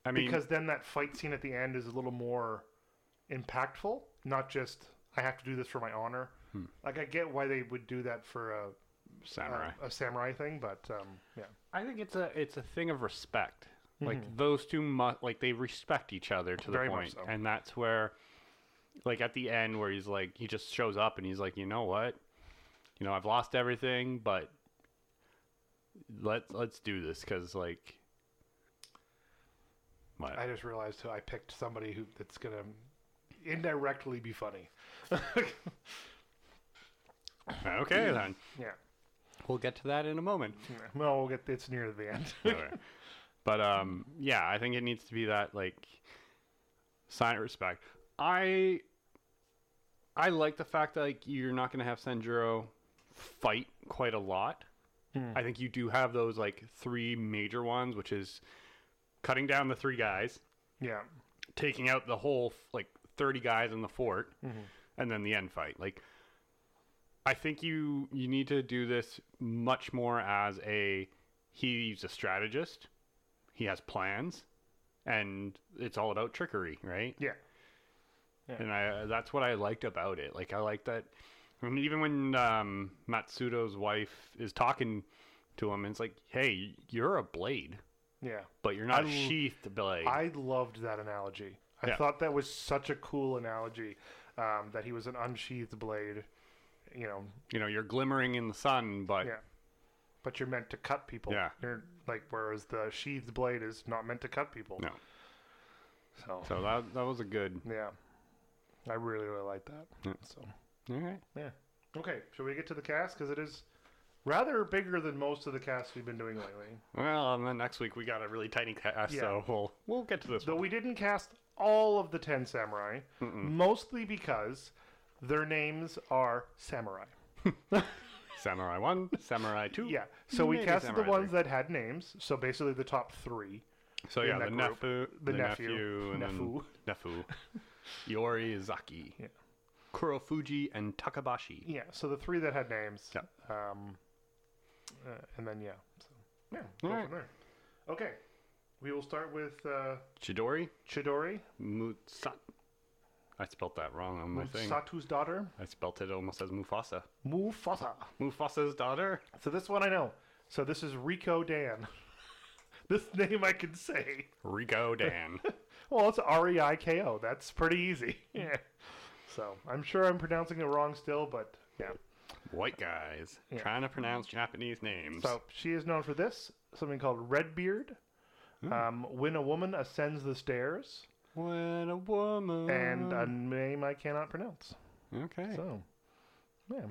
Speaker 1: I mean,
Speaker 2: because then that fight scene at the end is a little more impactful, not just I have to do this for my honor.
Speaker 1: Hmm.
Speaker 2: Like I get why they would do that for a
Speaker 1: samurai.
Speaker 2: a, a samurai thing, but um, yeah,
Speaker 1: I think it's a it's a thing of respect. Like those two must like they respect each other to the
Speaker 2: Very much
Speaker 1: point.
Speaker 2: so.
Speaker 1: and that's where, like at the end, where he's like he just shows up and he's like, you know what, you know I've lost everything, but let's let's do this because like, what?
Speaker 2: I just realized who I picked somebody who that's gonna indirectly be funny.
Speaker 1: okay then,
Speaker 2: Yeah.
Speaker 1: we'll get to that in a moment.
Speaker 2: Well, we'll get it's near the end.
Speaker 1: Okay. but um, yeah, I think it needs to be that like sign of respect. I I like the fact that like you're not gonna have Sanjuro fight quite a lot. I think you do have those like three major ones, which is cutting down the three guys,
Speaker 2: yeah.
Speaker 1: taking out the whole like 30 guys in the fort
Speaker 2: Mm-hmm.
Speaker 1: and then the end fight like i think you you need to do this much more as a he's a strategist he has plans and it's all about trickery right
Speaker 2: Yeah.
Speaker 1: and i that's what i liked about it like i like that I mean, even when um, Matsudo's wife is talking to him, and it's like, "Hey, you're a blade,
Speaker 2: Yeah.
Speaker 1: but you're not a
Speaker 2: I l-
Speaker 1: sheathed blade."
Speaker 2: I loved that analogy. I
Speaker 1: Yeah.
Speaker 2: thought that was such a cool analogy um, that he was an unsheathed blade, you know,
Speaker 1: you know, you're glimmering in the sun, but
Speaker 2: Yeah. but you're meant to cut people.
Speaker 1: Yeah.
Speaker 2: You're like whereas the sheathed blade is not meant to cut people.
Speaker 1: No.
Speaker 2: So,
Speaker 1: So that that was a good.
Speaker 2: yeah. I really really like that.
Speaker 1: Yeah.
Speaker 2: So
Speaker 1: All right.
Speaker 2: yeah. Okay, shall we get to the cast because it is rather bigger than most of the casts we've been doing lately.
Speaker 1: Well, and then next week we got a really tiny cast, so we'll we'll get to this.
Speaker 2: Though we didn't cast all of the 10 samurai, mostly because their names are samurai.
Speaker 1: Samurai one, Samurai two.
Speaker 2: Yeah. So we
Speaker 1: Maybe
Speaker 2: casted the
Speaker 1: Samurai
Speaker 2: ones that had names. So basically the top three.
Speaker 1: So
Speaker 2: in
Speaker 1: yeah, the
Speaker 2: that
Speaker 1: nephew,
Speaker 2: The nephew.
Speaker 1: and then nephew, Yori Izaki,
Speaker 2: Yeah.
Speaker 1: Kurofuji, and Takabashi.
Speaker 2: Yeah. So the three that had names.
Speaker 1: Yeah.
Speaker 2: Um, uh, and then, yeah. So, yeah. Go
Speaker 1: Alright.
Speaker 2: from there. Okay. We will start with uh,
Speaker 1: Chidori
Speaker 2: Chidori,
Speaker 1: Mutsat. I spelt that wrong on my thing.
Speaker 2: Satu's daughter,
Speaker 1: I spelt it almost as Mufasa.
Speaker 2: Mufasa.
Speaker 1: Mufasa's daughter.
Speaker 2: So this one I know. So this is Rico Dan. this name I can say.
Speaker 1: Rico Dan.
Speaker 2: Well, it's R E I K O. That's pretty easy. Yeah. So I'm sure I'm pronouncing it wrong still, but yeah.
Speaker 1: White guys trying to pronounce Japanese names.
Speaker 2: So she is known for this something called Redbeard. Um, when a woman ascends the stairs,
Speaker 1: When a woman
Speaker 2: and a name I cannot pronounce.
Speaker 1: okay,
Speaker 2: So, yeah,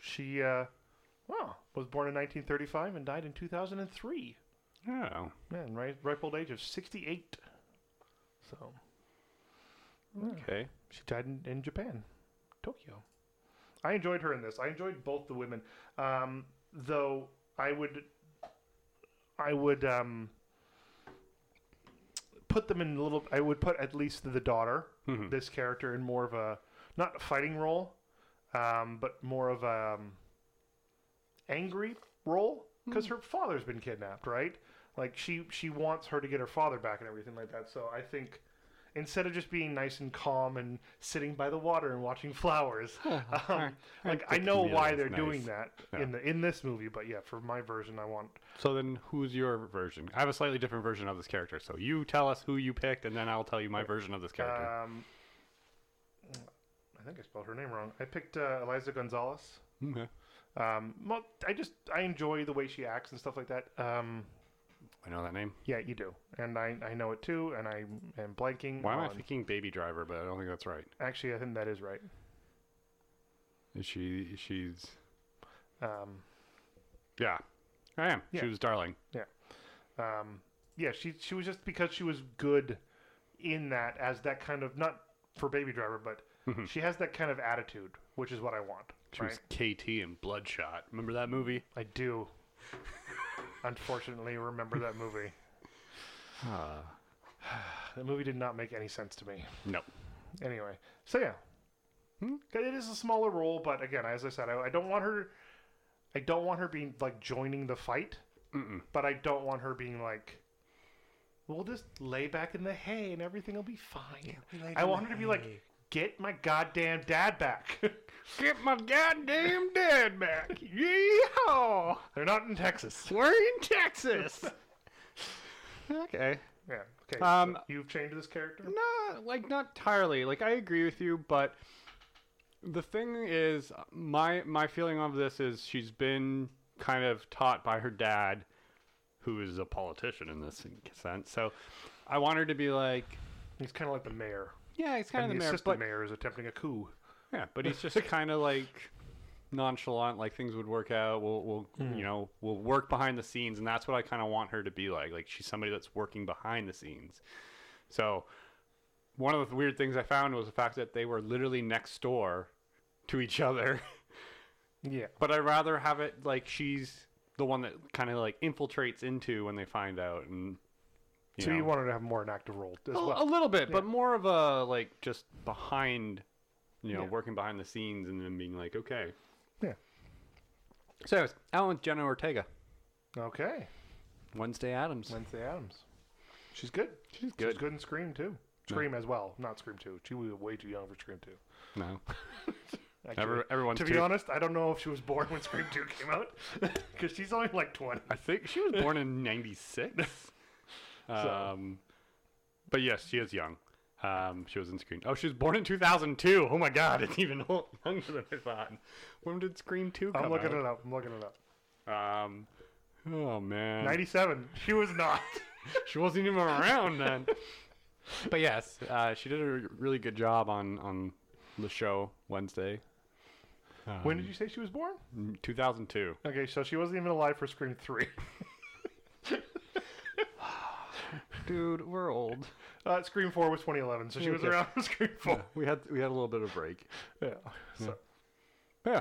Speaker 2: she uh, well, was born in 1935 and died in 2003.
Speaker 1: oh,
Speaker 2: Man, right, ripe old age of 68. So Hmm.
Speaker 1: okay.
Speaker 2: She died in, in Japan, Tokyo. I enjoyed her in this. I enjoyed both the women, um, though I would, I would um, put them in a little. I would put at least the daughter,
Speaker 1: Mhm.
Speaker 2: this character, in more of a not a fighting role, um, but more of a um, angry role because
Speaker 1: Hmm.
Speaker 2: her father's been kidnapped, right? Like she she wants her to get her father back and everything like that. So I think instead of just being nice and calm and sitting by the water and watching flowers. um, like I
Speaker 1: think
Speaker 2: know
Speaker 1: Camille
Speaker 2: why
Speaker 1: is
Speaker 2: they're
Speaker 1: nice.
Speaker 2: doing that
Speaker 1: Yeah.
Speaker 2: in the in this movie, but yeah, for my version, I want
Speaker 1: So then, who's your version? I have a slightly different version of this character. So you tell us who you picked, and then I'll tell you my version of this character.
Speaker 2: Um, I think I spelled her name wrong. I picked uh, Eliza Gonzalez.
Speaker 1: okay.
Speaker 2: Um, well, I just I enjoy the way she acts and stuff like that. Um,
Speaker 1: I know that name.
Speaker 2: yeah, you do, and I, I know it too. And I am blanking.
Speaker 1: Why am I
Speaker 2: Hmm. on-
Speaker 1: thinking Baby Driver? But I don't think that's right.
Speaker 2: Actually, I think that is right.
Speaker 1: Is she? She's.
Speaker 2: Um,
Speaker 1: Yeah, I am.
Speaker 2: Yeah.
Speaker 1: She was darling.
Speaker 2: um, yeah, she she was just because she was good in that as that kind of not for Baby Driver, but
Speaker 1: Mhm.
Speaker 2: she has that kind of attitude, which is what I want.
Speaker 1: She
Speaker 2: right?
Speaker 1: was KT in Bloodshot. Remember that movie?
Speaker 2: I do. Unfortunately, remember that movie.
Speaker 1: Uh,
Speaker 2: Ah. That movie did not make any sense to me.
Speaker 1: no.
Speaker 2: Anyway, so yeah,
Speaker 1: Hmm.
Speaker 2: it is a smaller role, but again, as I said, I, I don't want her. I don't want her being like joining the fight,
Speaker 1: Mm-mm.
Speaker 2: but I don't want her being like, "We'll just lay back in the hay and everything will be fine." I want her to be like, "Get my goddamn dad back."
Speaker 1: Get my goddamn dad back! Yeehaw!
Speaker 2: They're not in Texas.
Speaker 1: We're in Texas. okay.
Speaker 2: Yeah. Okay.
Speaker 1: Um,
Speaker 2: so you've changed this character.
Speaker 1: No, like not entirely. Like I agree with you, but the thing is, my my feeling of this is she's been kind of taught by her dad, who is a politician in this sense. So I want her to be like,
Speaker 2: He's kind of like the mayor.
Speaker 1: yeah, he's kind
Speaker 2: and
Speaker 1: of the
Speaker 2: the
Speaker 1: mayor,
Speaker 2: assistant
Speaker 1: but
Speaker 2: mayor is attempting a coup.
Speaker 1: yeah, but he's just kind of like nonchalant, like things would work out. We'll we'll
Speaker 2: Hmm.
Speaker 1: you know we'll work behind the scenes, and that's what I kind of want her to be like. Like she's somebody that's working behind the scenes. So one of the weird things I found was the fact that they were literally next door to each other.
Speaker 2: Yeah.
Speaker 1: but I'd rather have it like she's the one that kind of like infiltrates into when they find out, and you
Speaker 2: so
Speaker 1: know.
Speaker 2: you wanted to have more an active role as
Speaker 1: Oh, A-
Speaker 2: well.
Speaker 1: A little bit, but more of a like just behind, you know,
Speaker 2: Yeah.
Speaker 1: working behind the scenes and then being like, okay.
Speaker 2: Yeah.
Speaker 1: So, anyways, I went with Jenna Ortega, oh.
Speaker 2: Okay.
Speaker 1: Wednesday Adams.
Speaker 2: Wednesday Adams. She's good.
Speaker 1: She's
Speaker 2: She's
Speaker 1: good.
Speaker 2: good in Scream too. Scream as well, not Scream two. She was way too young for Scream two.
Speaker 1: No,
Speaker 2: Actually,
Speaker 1: Every, everyone's.
Speaker 2: to
Speaker 1: Too,
Speaker 2: be honest, I don't know if she was born when Scream two came out because she's only like twenty.
Speaker 1: I think she was born in '96. Um, but yes, she is young. Um, she was in Scream. Oh, she was born in 2002. Oh my God, it's even old, younger than I thought. When did Scream Two come
Speaker 2: I'm looking
Speaker 1: out?
Speaker 2: it up. I'm looking it up.
Speaker 1: Um, oh man,
Speaker 2: Ninety seven. She was not.
Speaker 1: she wasn't even around then. but yes, uh, she did a really good job on on the show Wednesday. Um,
Speaker 2: when did you say she was born?
Speaker 1: you? 2002.
Speaker 2: Okay, so she wasn't even alive for Scream three.
Speaker 1: Dude, we're old.
Speaker 2: Uh, Scream four was 2011, so she was
Speaker 1: Okay.
Speaker 2: around for Scream four.
Speaker 1: We had we had a little bit of break.
Speaker 2: Yeah. So,
Speaker 1: Yeah,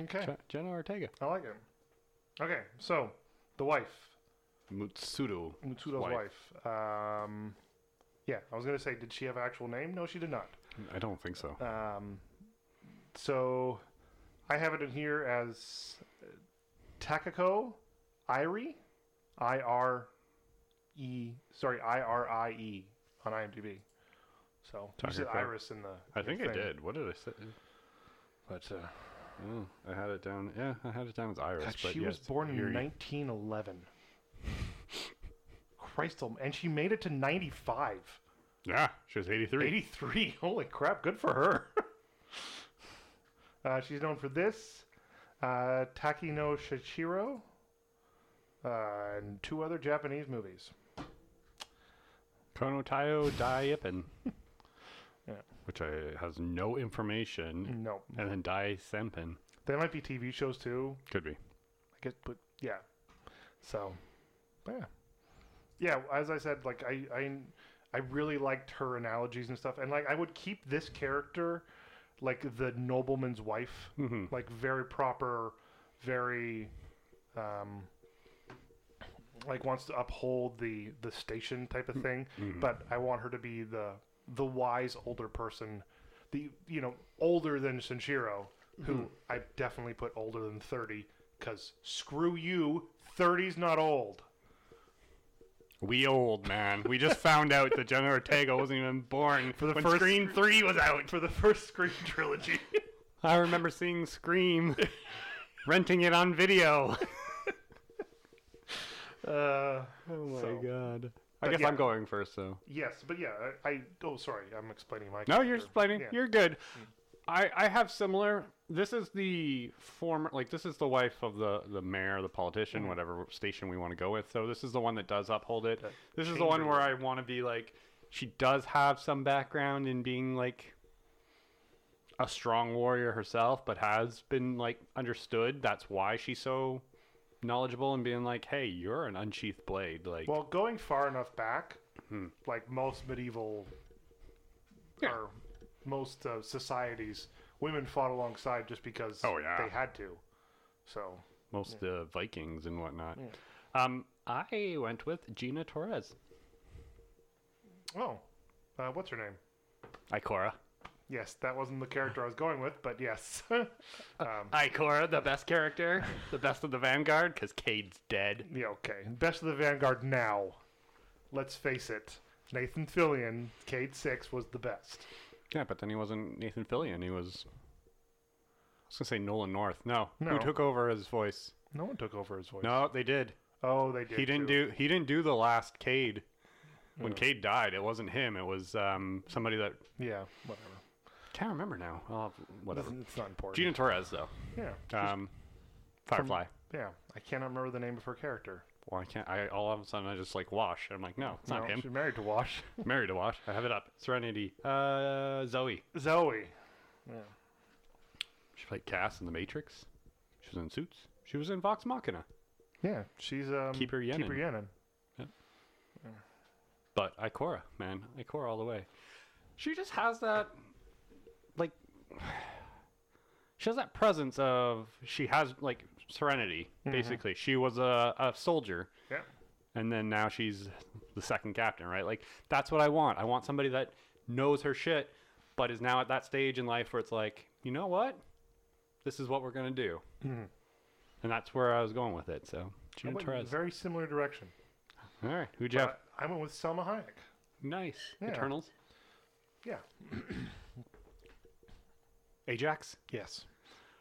Speaker 2: okay,
Speaker 1: Je- Jenna Ortega,
Speaker 2: I like it. Okay, so the wife.
Speaker 1: Mutsudo.
Speaker 2: Mutsuda's wife.
Speaker 1: Wife.
Speaker 2: Um, yeah, I was gonna say, did she have an actual name? No, she did not.
Speaker 1: I don't think so.
Speaker 2: Um, so I have it in here as uh, Takako Irie, I R E. Sorry, I R I E on IMDb. So you said
Speaker 1: Takako.
Speaker 2: Iris in the.
Speaker 1: I think I
Speaker 2: thing,
Speaker 1: did. What did I say?
Speaker 2: But, uh,
Speaker 1: Oh, I had it down. Yeah, I had it down as Iris.
Speaker 2: God,
Speaker 1: but
Speaker 2: she was
Speaker 1: yes,
Speaker 2: born in
Speaker 1: you're-
Speaker 2: 1911. Christ, alm- and she made it to 95.
Speaker 1: Yeah, Ah, she was 83.
Speaker 2: 83. Holy crap. Good for her. uh, she's known for this uh, Takino Shichiro uh, and two other Japanese movies.
Speaker 1: Konotayo Daiippin.
Speaker 2: Yeah. Mm-hmm.
Speaker 1: Which I, has no information.
Speaker 2: No.
Speaker 1: And then Dai Senpin.
Speaker 2: They might be TV shows too.
Speaker 1: Could be.
Speaker 2: I guess, but yeah. So, but yeah. Yeah, as I said, like, I, I, I really liked her analogies and stuff. And, like, I would keep this character, like, the nobleman's wife.
Speaker 1: Mm-hmm.
Speaker 2: like very proper, very um like wants to uphold the the station type
Speaker 1: Mm-hmm.
Speaker 2: of thing, but I want her to be the the wise older person, the you know, older than Sanshiro,
Speaker 1: Mm-hmm.
Speaker 2: who I definitely put older than 30 cuz screw you, 30's not old.
Speaker 1: We old man. We just found out that Jenna Ortega wasn't even born
Speaker 2: For the
Speaker 1: when
Speaker 2: first-
Speaker 1: Scream Three was out.
Speaker 2: for the first Scream trilogy.
Speaker 1: I remember seeing Scream, renting it on video.
Speaker 2: uh,
Speaker 1: Oh
Speaker 2: my So-
Speaker 1: god. I
Speaker 2: But
Speaker 1: guess
Speaker 2: yeah.
Speaker 1: I'm going first, though.
Speaker 2: yes, but yeah, I, I oh sorry, I'm explaining my.
Speaker 1: No, you're
Speaker 2: character.
Speaker 1: explaining.
Speaker 2: Yeah. Hmm.
Speaker 1: You're good. I, I have similar. This is the former, like this is the wife of the the mayor, the politician,
Speaker 2: Hmm.
Speaker 1: whatever station we want to go with. So this is the one that does uphold it.
Speaker 2: That
Speaker 1: This is the one where I
Speaker 2: chamberlain.
Speaker 1: want to be like. She does have some background in being like a strong warrior herself, but has been like understood. That's why she's so knowledgeable and being like, "Hey, you're an unsheathed blade." Like,
Speaker 2: Well, going far enough back,
Speaker 1: Hmm.
Speaker 2: like most medieval
Speaker 1: Yeah.
Speaker 2: or most uh, societies, women fought alongside just because
Speaker 1: Oh, yeah.
Speaker 2: they had to. So
Speaker 1: most the Vikings and whatnot. Um, I went with Gina Torres,
Speaker 2: Oh, uh, what's her name?
Speaker 1: Icora.
Speaker 2: Yes, that wasn't the character I was going with, but yes. um,
Speaker 1: Icora, the best character, the best of the Vanguard, because Cade's dead.
Speaker 2: yeah, okay. Best of the Vanguard now. Let's face it. Nathan Fillion, Cade Six was the best.
Speaker 1: Yeah, but then he wasn't Nathan Fillion. He was. I was gonna say Nolan North. No,
Speaker 2: No.
Speaker 1: who took over his voice?
Speaker 2: No one took over his voice.
Speaker 1: No, they did.
Speaker 2: Oh, they did. Oh.
Speaker 1: he didn't
Speaker 2: too.
Speaker 1: do. He didn't do the last Cade. When Cade died, it wasn't him. It was um, somebody that
Speaker 2: Yeah, whatever.
Speaker 1: can't remember now. I'll have- whatever.
Speaker 2: Doesn't- It's not important.
Speaker 1: Gina Torres though.
Speaker 2: Yeah,
Speaker 1: Um, Firefly.
Speaker 2: yeah. I cannot remember the name of her character.
Speaker 1: Why can't I? All of a sudden, I just like Wash. I'm like, no, it's not
Speaker 2: No,
Speaker 1: him.
Speaker 2: She's married to Wash.
Speaker 1: Married to Wash. I have it up. Serenity. Uh, Zoe.
Speaker 2: Zoe. Yeah.
Speaker 1: She played Cass in The Matrix. She was in Suits. She was in Vox Machina.
Speaker 2: Yeah, she's um,
Speaker 1: Keeper Yenin.
Speaker 2: Keeper Yenin.
Speaker 1: But Ikora, man, Ikora all the way. She just has that, like, she has that presence of she has like Serenity. Basically, she was a, a soldier,
Speaker 2: Yeah.
Speaker 1: and then now she's the second captain, right? Like, that's what I want. I want somebody that knows her shit, but is now at that stage in life where it's like, you know what? This is what we're gonna do,
Speaker 2: Mhm.
Speaker 1: and that's where I was going with it. So,
Speaker 2: I
Speaker 1: Gina
Speaker 2: went in a
Speaker 1: Torres.
Speaker 2: very similar direction.
Speaker 1: All right, who'd you have?
Speaker 2: I, I went with Selma Hayek.
Speaker 1: Nice.
Speaker 2: Yeah.
Speaker 1: Eternals.
Speaker 2: Yeah.
Speaker 1: Ajax.
Speaker 2: Yes.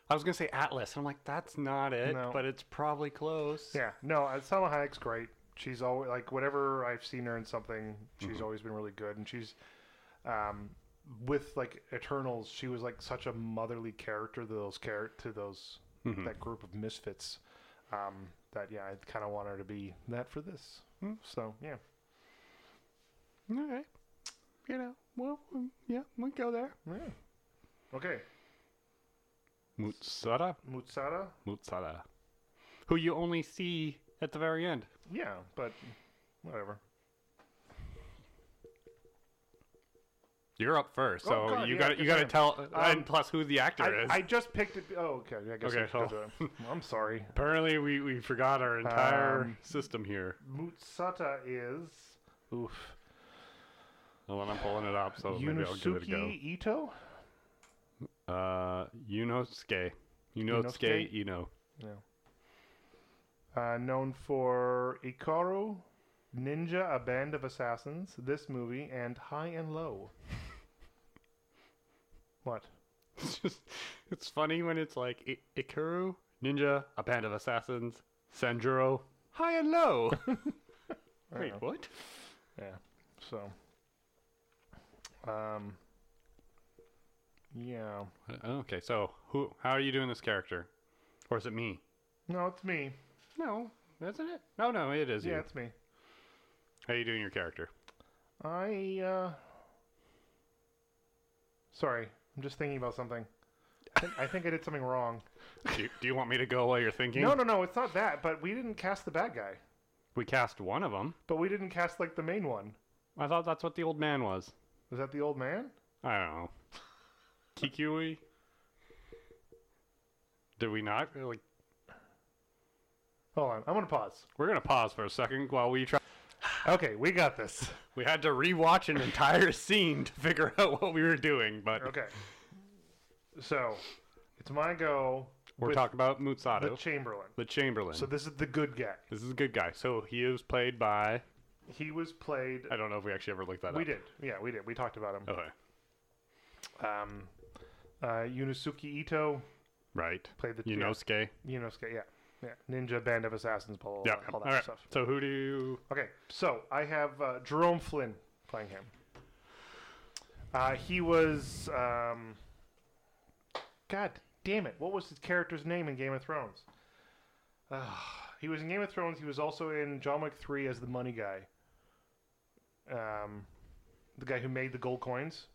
Speaker 1: I was gonna say Atlas. I'm like, that's not it,
Speaker 2: No.
Speaker 1: but it's probably close.
Speaker 2: Yeah, no, uh, Selma Hayek's great. She's always like whatever I've seen her in something, she's always been really good, and she's um, with like Eternals, she was like such a motherly character to those char- to those that group of misfits. Um, that yeah, I kind of want her to be that for this. So yeah,
Speaker 1: All right. You know. Well, mm, yeah, we go there.
Speaker 2: yeah. Okay,
Speaker 1: Mutsada.
Speaker 2: Mutsada.
Speaker 1: Mutsada. Who you only see at the very end.
Speaker 2: Yeah, but whatever.
Speaker 1: You're up first, so
Speaker 2: Oh, God,
Speaker 1: you
Speaker 2: yeah,
Speaker 1: got
Speaker 2: I
Speaker 1: to you got
Speaker 2: guess
Speaker 1: to tell,
Speaker 2: Um,
Speaker 1: and plus who the actor
Speaker 2: I,
Speaker 1: is.
Speaker 2: I just picked it. Oh, okay. I guess
Speaker 1: Okay,
Speaker 2: I should
Speaker 1: so-
Speaker 2: do that. I'm sorry.
Speaker 1: Apparently, we, we forgot our entire
Speaker 2: Um,
Speaker 1: system here.
Speaker 2: Mutsata is oof.
Speaker 1: Well, then I'm pulling it up, so Oh, maybe I'll give it a go.
Speaker 2: Yunosuke Ito?
Speaker 1: Uh, Yunosuke. Yunosuke
Speaker 2: Yunosuke?
Speaker 1: Ino.
Speaker 2: No. Uh, known for Ikaru, Ninja, A Band of Assassins, this movie, and High and Low. what?
Speaker 1: It's just, it's funny when it's like I- Ikuru, Ninja, a band of assassins, Sanjuro, high and low.
Speaker 2: I
Speaker 1: Wait,
Speaker 2: don't know.
Speaker 1: what?
Speaker 2: Yeah. So. Um. Yeah.
Speaker 1: Uh, Okay, so who? How are you doing this character? Or is it me?
Speaker 2: No, it's me.
Speaker 1: No, isn't it? No, no, it is
Speaker 2: yeah,
Speaker 1: you.
Speaker 2: it's me.
Speaker 1: How are you doing your character?
Speaker 2: I, uh. Sorry. I'm just thinking about something. I think, I, think I did something wrong.
Speaker 1: do, you, do you want me to go while you're thinking?
Speaker 2: No, no, no. It's not that, but we didn't cast the bad guy.
Speaker 1: We cast one of them.
Speaker 2: But we didn't cast like the main one.
Speaker 1: I thought that's what the old man was.
Speaker 2: Was that the old man?
Speaker 1: I don't know. Kikui. Did we not? Like,
Speaker 2: Hold on, I'm gonna pause.
Speaker 1: we're gonna pause for a second while we try.
Speaker 2: Okay, we got this.
Speaker 1: We had to rewatch an entire scene to figure out what we were doing, but
Speaker 2: Okay. So, it's my go.
Speaker 1: we're
Speaker 2: with
Speaker 1: talking about
Speaker 2: the
Speaker 1: Mutsato, the,
Speaker 2: Chamberlain.
Speaker 1: Chamberlain.
Speaker 2: So this is the good guy.
Speaker 1: this is a good guy. So he is played by
Speaker 2: He was played.
Speaker 1: I don't know if we actually ever looked that
Speaker 2: We
Speaker 1: up.
Speaker 2: did. Yeah, we did. We talked about him.
Speaker 1: Okay.
Speaker 2: Um, uh, Yunosuke Ito
Speaker 1: Right.
Speaker 2: played the
Speaker 1: You know, Skay.
Speaker 2: yeah, Yunosuke, yeah, yeah, Ninja Band of Assassins, blah, blah, blah,
Speaker 1: Yeah.
Speaker 2: all
Speaker 1: All
Speaker 2: that
Speaker 1: right.
Speaker 2: stuff.
Speaker 1: So who do you?
Speaker 2: Okay, so I have uh, Jerome Flynn playing him. Uh, he was, um, God damn it, what was his character's name in Game of Thrones? Uh, he was in Game of Thrones. He was also in John Wick Three as the money guy. Um, the guy who made the gold coins.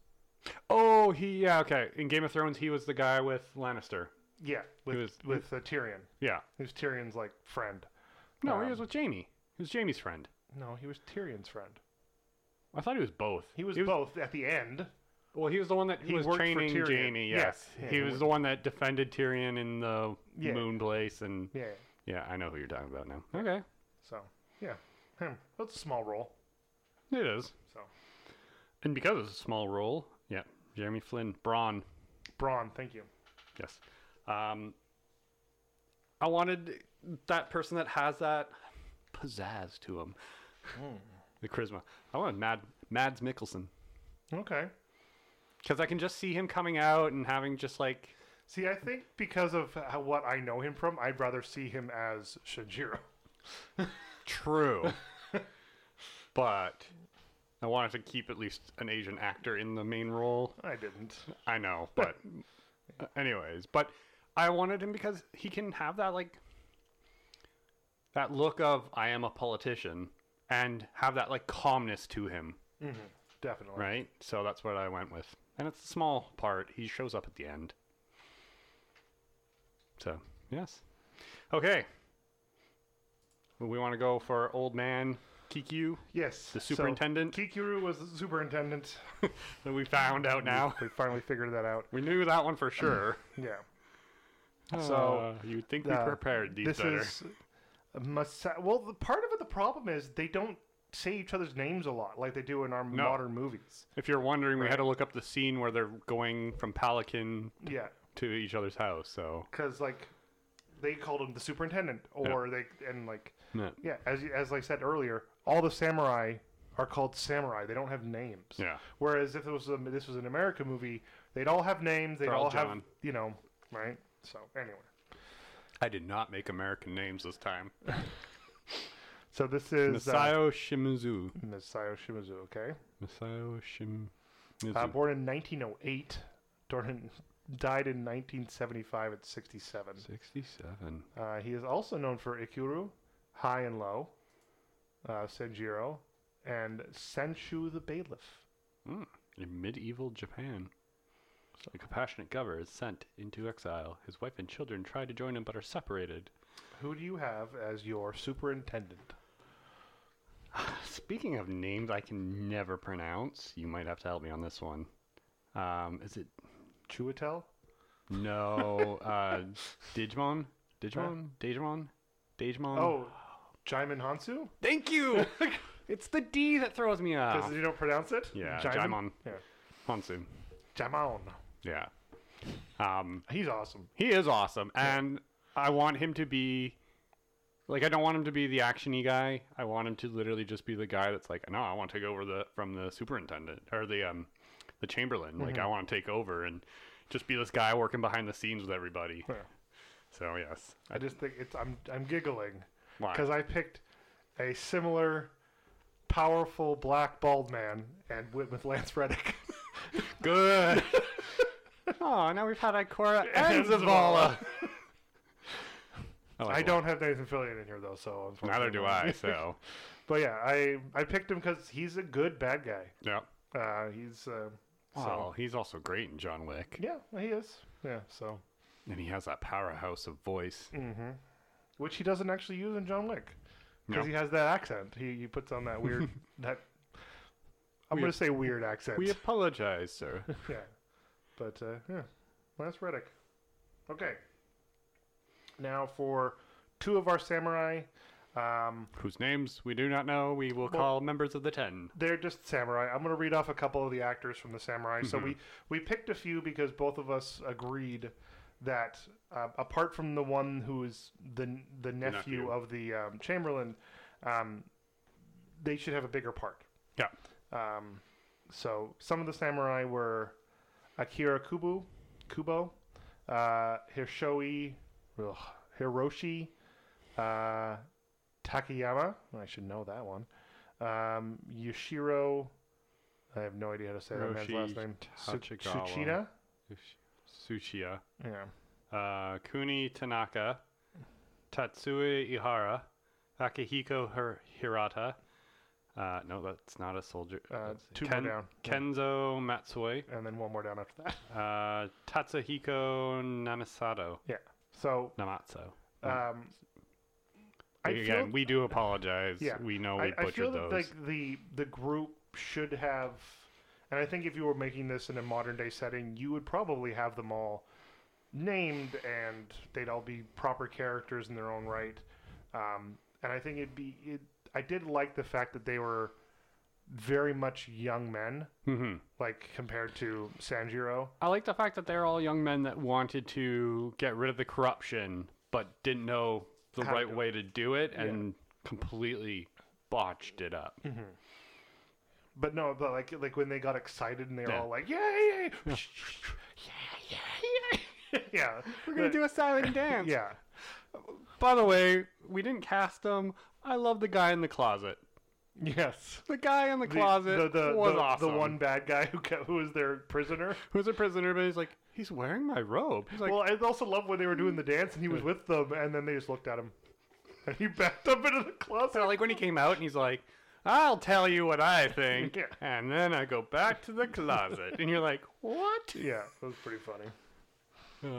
Speaker 1: Oh, he. Yeah. Okay. In Game of Thrones, he was the guy with Lannister.
Speaker 2: Yeah, with
Speaker 1: was-
Speaker 2: with uh, Tyrion.
Speaker 1: Yeah.
Speaker 2: He was Tyrion's like friend.
Speaker 1: No,
Speaker 2: Um,
Speaker 1: he was with Jamie. He was Jamie's friend.
Speaker 2: No, he was Tyrion's friend.
Speaker 1: I thought he was both.
Speaker 2: He was, both at the end.
Speaker 1: Well, he was the one that
Speaker 2: He
Speaker 1: was
Speaker 2: worked for
Speaker 1: training
Speaker 2: Tyrion.
Speaker 1: Jamie. Yes,
Speaker 2: Yeah, yeah,
Speaker 1: he
Speaker 2: he
Speaker 1: was
Speaker 2: worked-
Speaker 1: the one that defended Tyrion in the
Speaker 2: Yeah.
Speaker 1: Moon Place, and
Speaker 2: Yeah.
Speaker 1: yeah, I know who you're talking about now. Okay,
Speaker 2: So yeah, him. That's a small role.
Speaker 1: it is,
Speaker 2: So
Speaker 1: and because it's a small role, yeah, Jeremy Flynn, Braun,
Speaker 2: Braun, thank you.
Speaker 1: yes. Um, I wanted that person that has that pizzazz to him,
Speaker 2: Hmm.
Speaker 1: the charisma. I wanted Mad Mads Mikkelsen
Speaker 2: Okay.
Speaker 1: because I can just see him coming out and having just like
Speaker 2: See, I think because of how, what I know him from, I'd rather see him as Shinjiro.
Speaker 1: True. but I wanted to keep at least an Asian actor in the main role.
Speaker 2: I didn't.
Speaker 1: I know, but uh, anyways, but I wanted him because he can have that like that look of I am a politician and have that like calmness to him,
Speaker 2: Definitely.
Speaker 1: right? So that's what I went with. And it's a small part. He shows up at the end. So, yes. Okay. We want to go for old man Kikiu
Speaker 2: Yes.
Speaker 1: the
Speaker 2: so
Speaker 1: superintendent
Speaker 2: Kikiru was the superintendent.
Speaker 1: that we found out Oh, now.
Speaker 2: we finally figured that out.
Speaker 1: We knew that one for sure.
Speaker 2: Yeah.
Speaker 1: So you'd think we
Speaker 2: uh,
Speaker 1: prepared these
Speaker 2: this
Speaker 1: better.
Speaker 2: is Masa- well, the part of it, the problem is they don't say each other's names a lot like they do in our modern movies.
Speaker 1: If you're wondering, we had to look up the scene where they're going from Pelican
Speaker 2: Yeah.
Speaker 1: to each other's house. So
Speaker 2: because like they called him the superintendent or they and like
Speaker 1: yeah,
Speaker 2: yeah as as I said earlier all the samurai are called samurai they don't have names
Speaker 1: Yeah.
Speaker 2: whereas if it was a, this was an American movie they'd all have names they'd
Speaker 1: They're all
Speaker 2: all, have
Speaker 1: John.
Speaker 2: you know right so anyway
Speaker 1: I did not make American names this time.
Speaker 2: so this is uh,
Speaker 1: Masayo Shimizu.
Speaker 2: Masayo Shimizu okay
Speaker 1: Masayo Shimizu.
Speaker 2: uh, born in 1908 born in- died in 1975 at 67
Speaker 1: Sixty-seven.
Speaker 2: Uh, he is also known for Ikuru, High and Low, uh, Senjiro, and Senshu the Bailiff.
Speaker 1: Mm. In medieval Japan, a compassionate governor is sent into exile. His wife and children try to join him, but are separated.
Speaker 2: Who do you have as your superintendent?
Speaker 1: Speaking of names I can never pronounce, you might have to help me on this one. Um, is it
Speaker 2: Chuatel?
Speaker 1: no uh, Digimon? Digimon? Digimon? Digimon?
Speaker 2: Oh, Jaimon Hansu?
Speaker 1: thank you. it's the D that throws me
Speaker 2: Because
Speaker 1: off.
Speaker 2: you don't pronounce it?
Speaker 1: Ah. Yeah, Jaimon
Speaker 2: Yeah.
Speaker 1: Hansu.
Speaker 2: Jaimon.
Speaker 1: Yeah, um,
Speaker 2: He's awesome.
Speaker 1: he is awesome, and I want him to be like I don't want him to be the actiony guy. I want him to literally just be the guy that's like, no, I want to take over the from the superintendent or the um the chamberlain. Like I want to take over and just be this guy working behind the scenes with everybody.
Speaker 2: Yeah.
Speaker 1: So yes,
Speaker 2: I just think it's I'm I'm giggling
Speaker 1: Why?
Speaker 2: because I picked a similar powerful black bald man and went with Lance Reddick.
Speaker 1: good. oh, now we've had Ikora and
Speaker 2: And Zavala.
Speaker 1: Zavala. like
Speaker 2: I
Speaker 1: that.
Speaker 2: don't have Nathan Fillion in here though, so
Speaker 1: Neither do
Speaker 2: unfortunately-
Speaker 1: I. So
Speaker 2: But yeah, I I picked him because he's a good bad guy.
Speaker 1: yeah.
Speaker 2: Uh, he's uh,
Speaker 1: Well,
Speaker 2: so
Speaker 1: he's also great in John Wick,
Speaker 2: yeah, he is. Yeah, so
Speaker 1: and he has that powerhouse of voice.
Speaker 2: hmm which he doesn't actually use in John Wick because
Speaker 1: No.
Speaker 2: he has that accent. He he puts on that weird that I'm
Speaker 1: Weird.
Speaker 2: gonna say weird accent.
Speaker 1: We apologize, sir.
Speaker 2: yeah, but uh, yeah, Lance Reddick. Okay, now for two of our samurai. Um,
Speaker 1: whose names we do not know, we will call members of the Ten.
Speaker 2: they're just samurai. I'm going to read off a couple of the actors from the samurai. So we we picked a few because both of us agreed that uh, apart from the one who is the the nephew,
Speaker 1: nephew.
Speaker 2: of the um, chamberlain, um, they should have a bigger part.
Speaker 1: Yeah.
Speaker 2: Um, so some of the samurai were Akira Kubu, Kubo, uh, Hirshoi, ugh, Hiroshi uh, Takayama. I should know that one. Um, Yoshiro. I have no idea how to say that man's
Speaker 1: Hiroshi
Speaker 2: last name. Su-
Speaker 1: Tachikawa.
Speaker 2: Tsuchida.
Speaker 1: Tsuchiya.
Speaker 2: Yeah.
Speaker 1: uh, Kuni Tanaka, Tatsue Ihara, Akihiko Hir- Hirata. Uh, no, that's not a soldier.
Speaker 2: Uh,
Speaker 1: Let's see.
Speaker 2: two more down. Yeah.
Speaker 1: Kenzo Matsue,
Speaker 2: And then one more down after that.
Speaker 1: uh, Tatsuhiko Namisato.
Speaker 2: So
Speaker 1: Namatsu.
Speaker 2: um, I feel
Speaker 1: Hmm. Again, we do apologize.
Speaker 2: Yeah.
Speaker 1: We know we
Speaker 2: I, I
Speaker 1: butchered
Speaker 2: feel that
Speaker 1: those.
Speaker 2: like the the group should have, and I think if you were making this in a modern day setting, you would probably have them all named, and they'd all be proper characters in their own right. Um, and I think it'd be. It, I did like the fact that they were very much young men,
Speaker 1: hmm
Speaker 2: like compared to Sanjiro.
Speaker 1: I like the fact that they're all young men that wanted to get rid of the corruption, but didn't know the
Speaker 2: How to
Speaker 1: right
Speaker 2: do it.
Speaker 1: way to do it and completely botched it up.
Speaker 2: Mm. But no, but like like when they got excited and they were
Speaker 1: Yeah.
Speaker 2: all like, "Yay, yeah, yeah,
Speaker 1: We're gonna do a silent dance.
Speaker 2: yeah."
Speaker 1: By the way, we didn't cast him. I love the guy in the closet.
Speaker 2: Yes.
Speaker 1: The guy in the,
Speaker 2: The-
Speaker 1: closet
Speaker 2: the, the,
Speaker 1: was
Speaker 2: the,
Speaker 1: awesome.
Speaker 2: the one bad guy who ca- who was their prisoner.
Speaker 1: who's a prisoner, but he's like, he's wearing my robe. He's like,
Speaker 2: well, I also love when they were doing the dance and he was with them, and then they just looked at him, and he backed up into the closet.
Speaker 1: so like when he came out and he's like, I'll tell you what I think,
Speaker 2: Yeah.
Speaker 1: and then I go back to the closet, and you're like, what?
Speaker 2: Yeah, it was pretty funny.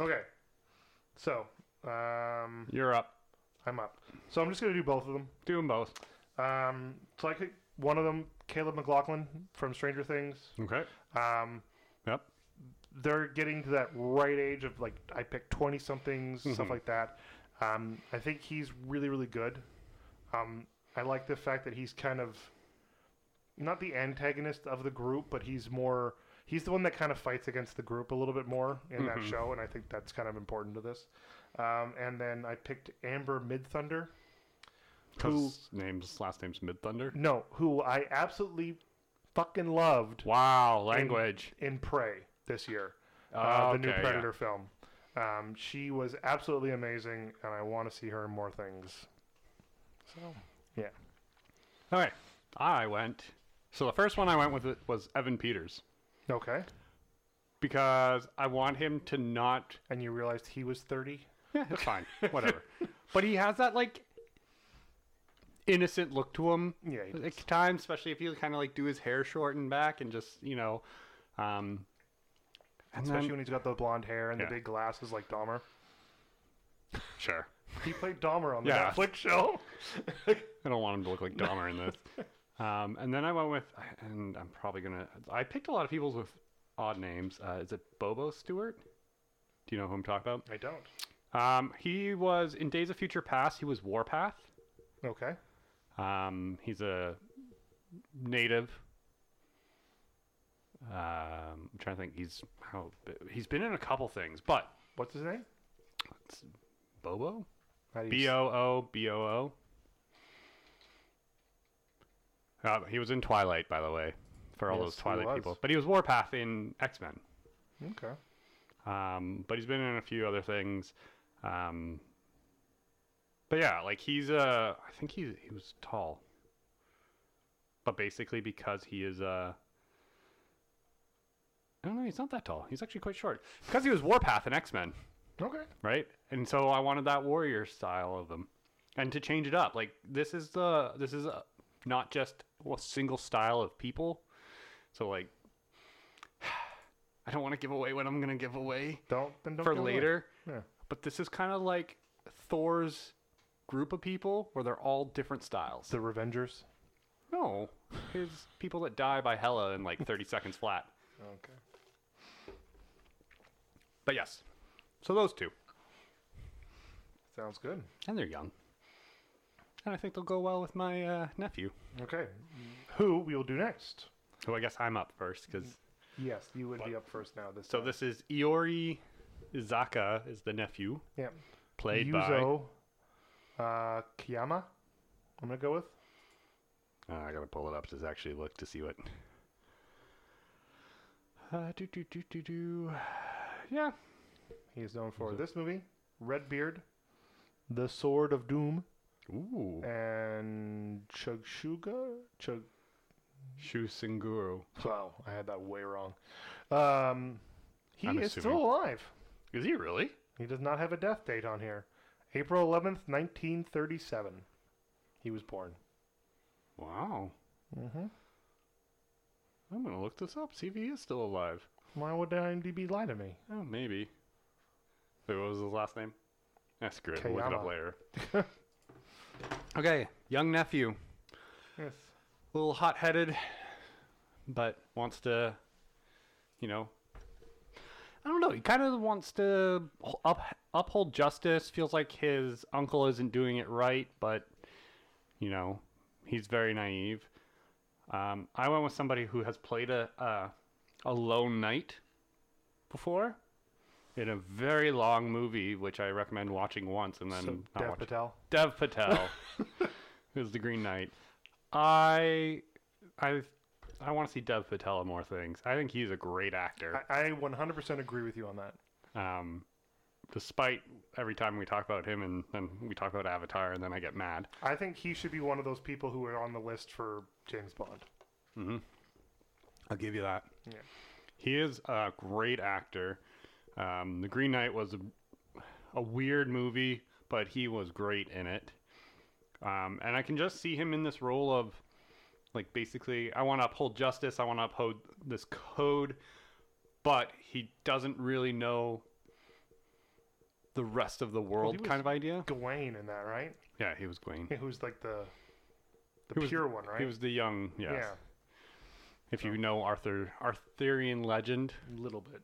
Speaker 1: Oh.
Speaker 2: Okay, so um,
Speaker 1: You're up.
Speaker 2: I'm up. So I'm just gonna do both of them.
Speaker 1: Do 'em both.
Speaker 2: Um, so I could one of them, Caleb McLaughlin from Stranger Things.
Speaker 1: Okay.
Speaker 2: Um,
Speaker 1: Yep.
Speaker 2: they're getting to that right age of like I picked twenty somethings stuff like that. Um, I think he's really really good. Um, I like the fact that he's kind of not the antagonist of the group, but he's more he's the one that kind of fights against the group a little bit more in that show, and I think that's kind of important to this. Um, and then I picked Amber Mid Thunder. Who-
Speaker 1: His name's last name's Mid Thunder.
Speaker 2: No, who I absolutely fucking loved
Speaker 1: Wow, language.
Speaker 2: in Prey this year, uh,
Speaker 1: Oh,
Speaker 2: the new
Speaker 1: okay, yeah.
Speaker 2: Predator film. Um, she was absolutely amazing, and I want to see her in more things. So, yeah,
Speaker 1: All right. I went. So the first one I went with was Evan Peters
Speaker 2: okay.
Speaker 1: because I want him to not
Speaker 2: And you realized he was thirty.
Speaker 1: Yeah, it's fine. Whatever. But he has that like innocent look to him
Speaker 2: Yeah, he did.
Speaker 1: at times, especially if you kind of like do his hair short and back and just you know, um, and
Speaker 2: especially
Speaker 1: then,
Speaker 2: when he's got the blonde hair and
Speaker 1: Yeah.
Speaker 2: the big glasses like Dahmer.
Speaker 1: sure.
Speaker 2: He played Dahmer on the
Speaker 1: Yeah.
Speaker 2: Netflix show.
Speaker 1: I don't want him to look like Dahmer in this. Um, and then I went with, and I'm probably gonna. I picked a lot of people with odd names. Uh, is it Bobo Stewart? Do you know who I'm talking about?
Speaker 2: I don't.
Speaker 1: Um, he was in Days of Future Past. He was Warpath.
Speaker 2: Okay.
Speaker 1: Um, he's a native. Um, I'm trying to think. He's how he's been in a couple things, but
Speaker 2: What's his name?
Speaker 1: it's Bobo,
Speaker 2: How do you
Speaker 1: B
Speaker 2: s-
Speaker 1: O O B O O. Uh, he was in Twilight, by the way, for all
Speaker 2: Yes,
Speaker 1: those
Speaker 2: he
Speaker 1: Twilight
Speaker 2: was.
Speaker 1: people. But he was Warpath in X Men.
Speaker 2: Okay.
Speaker 1: Um, but he's been in a few other things. Um, but yeah, like he's uh, I think he's he was tall. But basically, because he is uh, I don't know, he's not that tall. He's actually quite short. Because he was Warpath in X Men,
Speaker 2: Okay.
Speaker 1: right? And so I wanted that warrior style of him, and to change it up. Like this is the this is uh not just a single style of people. So like, I don't want to give away what I'm gonna give away
Speaker 2: Don't then don't
Speaker 1: for
Speaker 2: give away.
Speaker 1: later.
Speaker 2: Yeah.
Speaker 1: But this is kind of like Thor's group of people where they're all different styles.
Speaker 2: The Revengers.
Speaker 1: No, his people that die by Hella in like 30 seconds flat.
Speaker 2: Okay.
Speaker 1: But yes, so those two,
Speaker 2: Sounds good.
Speaker 1: and they're young, and I think they'll go well with my uh, nephew,
Speaker 2: Okay. Who we will do next?
Speaker 1: who I guess I'm up first because.
Speaker 2: Yes, you would be up first now. This
Speaker 1: So
Speaker 2: time.
Speaker 1: this is Iori Izaka is the nephew
Speaker 2: yeah.
Speaker 1: played by
Speaker 2: Yuzo uh, Kiyama. I'm gonna go with
Speaker 1: Uh, I gotta pull it up to actually look to see what. Uh, do do do do do. Yeah,
Speaker 2: He is known for this movie, Red Beard, The Sword of Doom,
Speaker 1: ooh,
Speaker 2: and Chugshuga. Chug.
Speaker 1: Shusenguru.
Speaker 2: Wow, I had that way wrong. Um, he
Speaker 1: I'm
Speaker 2: is
Speaker 1: assuming.
Speaker 2: still alive.
Speaker 1: Is he really?
Speaker 2: He does not have a death date on here. April 11th, 1937. He was born.
Speaker 1: Wow.
Speaker 2: Mm-hmm.
Speaker 1: I'm gonna look this up. See if he is still alive.
Speaker 2: Why would IMDb lie to me?
Speaker 1: Oh, maybe. Wait, what was his last name? Ah, screw it. We'll look it up
Speaker 2: Kayama.
Speaker 1: later. okay, young nephew,
Speaker 2: Yes.
Speaker 1: a little hot-headed, but wants to, you know, I don't know. He kind of wants to h- up, uphold justice. Feels like his uncle isn't doing it right, but you know, he's very naive. Um, I went with somebody who has played a a, a lone knight before in a very long movie, which I recommend watching once and then
Speaker 2: So,
Speaker 1: not
Speaker 2: Dev
Speaker 1: watching.
Speaker 2: Patel.
Speaker 1: Dev Patel, who's the Green Knight. I, I, I want to see Dev Patel in more things. I think he's a great actor.
Speaker 2: I, I 100% agree with you on that.
Speaker 1: Um, despite every time we talk about him, and then we talk about Avatar, and then I get mad.
Speaker 2: I think he should be one of those people who are on the list for James Bond.
Speaker 1: I'll give you that.
Speaker 2: Yeah.
Speaker 1: He is a great actor. Um, the Green Knight was a, a weird movie, but he was great in it. Um, and I can just see him in this role of, like, basically, I want to uphold justice. I want to uphold this code, but he doesn't really know the rest of the world
Speaker 2: was-
Speaker 1: kind of idea.
Speaker 2: Gawain in that, right?
Speaker 1: Yeah, he was Gwyn.
Speaker 2: Who's like the the
Speaker 1: He was-
Speaker 2: pure one, right?
Speaker 1: He was the young, yes.
Speaker 2: yeah,
Speaker 1: If you know Arthur Arthurian legend,
Speaker 2: a little bit.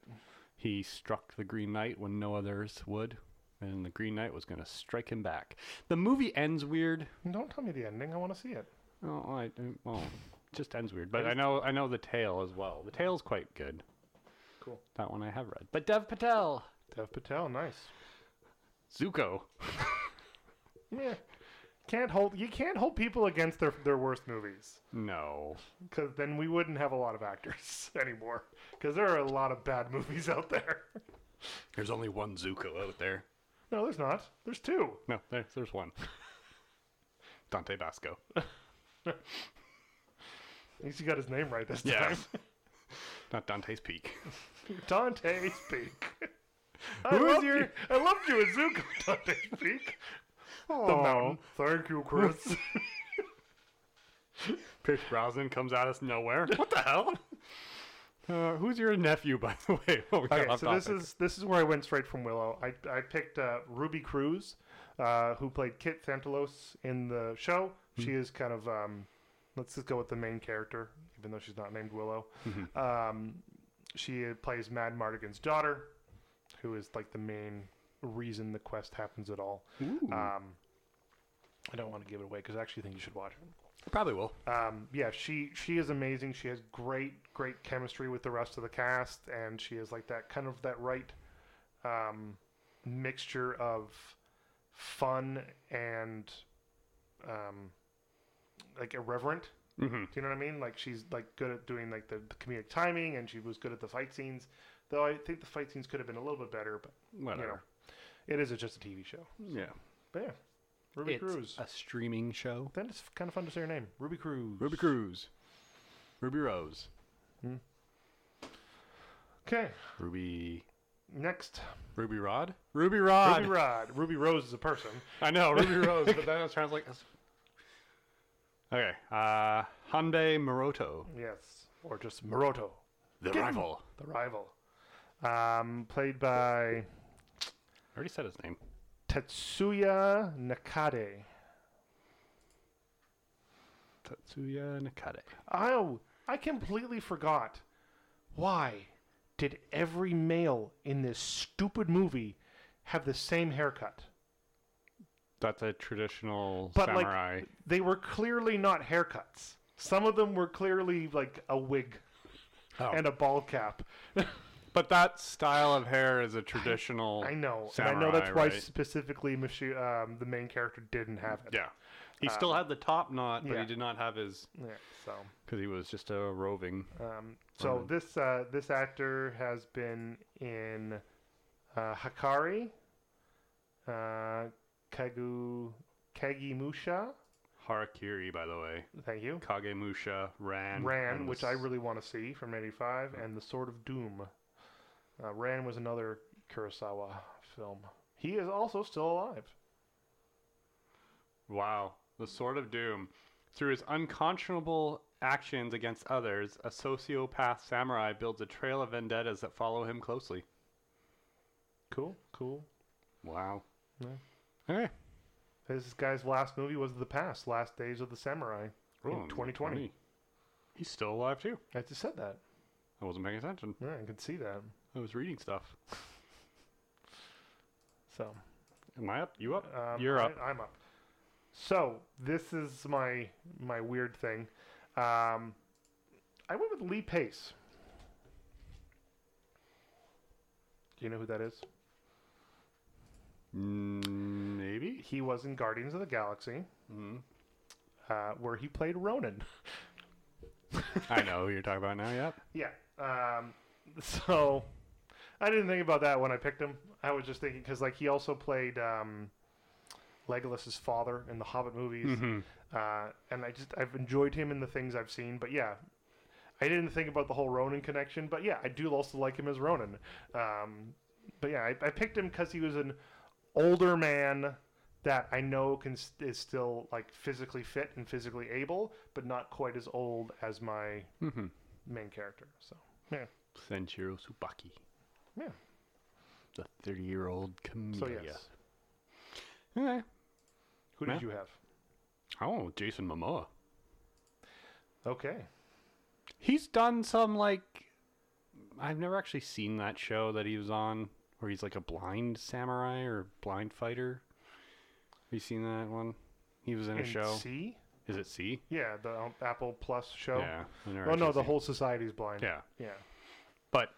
Speaker 1: He struck the Green Knight when no others would, and the Green Knight was going to strike him back. The movie ends weird.
Speaker 2: Don't tell me the ending. I want to see it.
Speaker 1: Oh, I I- well, it just ends weird. But I know I know the tale as well. The tale's quite good.
Speaker 2: Cool.
Speaker 1: That one I have read. But Dev Patel,
Speaker 2: Dev Patel, nice.
Speaker 1: Zuko.
Speaker 2: Yeah. Can't hold you can't hold people against their their worst movies
Speaker 1: No,
Speaker 2: because then we wouldn't have a lot of actors anymore because there are a lot of bad movies out there.
Speaker 1: there's only one Zuko out there.
Speaker 2: No, there's not. There's two.
Speaker 1: No, there, there's one. Dante Basco.
Speaker 2: At least you got his name right this time.
Speaker 1: Yes. Not Dante's Peak.
Speaker 2: Dante's Peak. I
Speaker 1: Who is
Speaker 2: loved
Speaker 1: your-
Speaker 2: you- I loved you as Zuko, Dante's Peak. The mountain. Thank you, Chris.
Speaker 1: Pierce Brosnan comes at us nowhere. What the hell? Uh, who's your nephew, by the way? Oh, we got
Speaker 2: okay, so
Speaker 1: off
Speaker 2: this
Speaker 1: topic.
Speaker 2: is this is where I went straight from Willow. I I picked uh, Ruby Cruz, uh, who played Kit Santelos in the show.
Speaker 1: Hmm.
Speaker 2: She is kind of um, let's just go with the main character, even though she's not named Willow.
Speaker 1: Mm-hmm.
Speaker 2: Um, she plays Mad Mardigan's daughter, who is like the main reason the quest happens at all. Um, I don't want to give it away because I actually think you should watch it
Speaker 1: Probably will.
Speaker 2: um, yeah, she she is amazing. She has great great chemistry with the rest of the cast, and she is like that kind of that right um, mixture of fun and um, like irreverent.
Speaker 1: Mm-hmm.
Speaker 2: Do you know what I mean? Like she's like good at doing like the comedic timing, and she was good at the fight scenes. Though I think the fight scenes could have been a little bit better, but you know,
Speaker 1: Whatever.
Speaker 2: it is just a TV show.
Speaker 1: Yeah.
Speaker 2: But yeah, Ruby Cruz.
Speaker 1: a streaming show.
Speaker 2: then it's kind of fun to say her name, Ruby Cruz.
Speaker 1: Ruby Cruz. Ruby Rose.
Speaker 2: Okay,
Speaker 1: Ruby.
Speaker 2: next.
Speaker 1: Ruby Rod? Ruby Rod.
Speaker 2: Ruby Rod. Ruby Rose is a person.
Speaker 1: I know, Ruby Rose, but then I was trying to like. Okay. Uh, Hyundai Moroto.
Speaker 2: Yes. Or just Moroto,
Speaker 1: The rival.
Speaker 2: the rival. Um, played by
Speaker 1: I already said his name.
Speaker 2: Tetsuya Nakade.
Speaker 1: Tatsuya Nakate.
Speaker 2: Oh, I completely forgot. Why did every male in this stupid movie have the same haircut?
Speaker 1: That's a traditional
Speaker 2: But, like,
Speaker 1: samurai.
Speaker 2: They were clearly not haircuts. Some of them were clearly like a wig
Speaker 1: Oh.
Speaker 2: and a ball cap.
Speaker 1: But that style of hair is a traditional.
Speaker 2: I know, and I know
Speaker 1: samurai,
Speaker 2: that's why
Speaker 1: right?
Speaker 2: specifically Michi- um, the main character didn't have it.
Speaker 1: Yeah. He still had the top knot, but
Speaker 2: yeah.
Speaker 1: he did not have his
Speaker 2: Yeah, so
Speaker 1: because he was just a roving.
Speaker 2: um, so
Speaker 1: Alright.
Speaker 2: this uh, this actor has been in uh, Hakari, uh, Kagu Kagimusha.
Speaker 1: Harakiri, by the way.
Speaker 2: Thank you.
Speaker 1: Kagemusha, Ran.
Speaker 2: Ran,
Speaker 1: and
Speaker 2: which
Speaker 1: the
Speaker 2: I
Speaker 1: s-
Speaker 2: really want to see from '85, and The Sword of Doom. Uh, Ran was another Kurosawa film. He is also still alive.
Speaker 1: Wow. The Sword of Doom. Through his unconscionable actions against others, a sociopath samurai builds a trail of vendettas that follow him closely.
Speaker 2: Cool, cool.
Speaker 1: Wow.
Speaker 2: Yeah.
Speaker 1: Okay.
Speaker 2: This guy's last movie was The Past, Last Days of the Samurai.
Speaker 1: Oh,
Speaker 2: 2020.
Speaker 1: He's still alive, too.
Speaker 2: I just said that.
Speaker 1: I wasn't paying attention.
Speaker 2: Yeah, I could see that.
Speaker 1: I was reading stuff.
Speaker 2: So
Speaker 1: Am I up? You up?
Speaker 2: um,
Speaker 1: You're up.
Speaker 2: I, am up. So this is my my weird thing. Um, I went with Lee Pace. Do you know who that is?
Speaker 1: Mm, maybe?
Speaker 2: He was in Guardians of the Galaxy,
Speaker 1: Mm.
Speaker 2: uh, where he played Ronan.
Speaker 1: I know who you're talking about now, yep.
Speaker 2: Yeah. Um, so I didn't think about that when I picked him. I was just thinking because like he also played um, Legolas's father in the Hobbit movies,
Speaker 1: Mhm.
Speaker 2: uh, and I just I've enjoyed him in the things I've seen. But yeah, I didn't think about the whole Ronan connection. But yeah, I do also like him as Ronan. Um, but yeah, I, I picked him because he was an older man that I know can s- is still like physically fit and physically able, but not quite as old as my
Speaker 1: Mhm.
Speaker 2: main character. So
Speaker 1: Senshiro Tsubaki.
Speaker 2: Yeah.
Speaker 1: The 30 year old
Speaker 2: so
Speaker 1: Camellia.
Speaker 2: yes,
Speaker 1: Okay.
Speaker 2: who did
Speaker 1: Yeah.
Speaker 2: you have?
Speaker 1: Oh, Jason Momoa.
Speaker 2: Okay,
Speaker 1: He's done some like I've never actually seen that show that he was on where he's like a blind samurai or blind fighter. Have you seen that one? He was in a
Speaker 2: And
Speaker 1: show.
Speaker 2: C.
Speaker 1: Is it C?
Speaker 2: Yeah, the um, Apple Plus show.
Speaker 1: Yeah. I never
Speaker 2: Oh no,
Speaker 1: actually
Speaker 2: the
Speaker 1: seen-
Speaker 2: whole society's blind.
Speaker 1: Yeah.
Speaker 2: yeah,
Speaker 1: But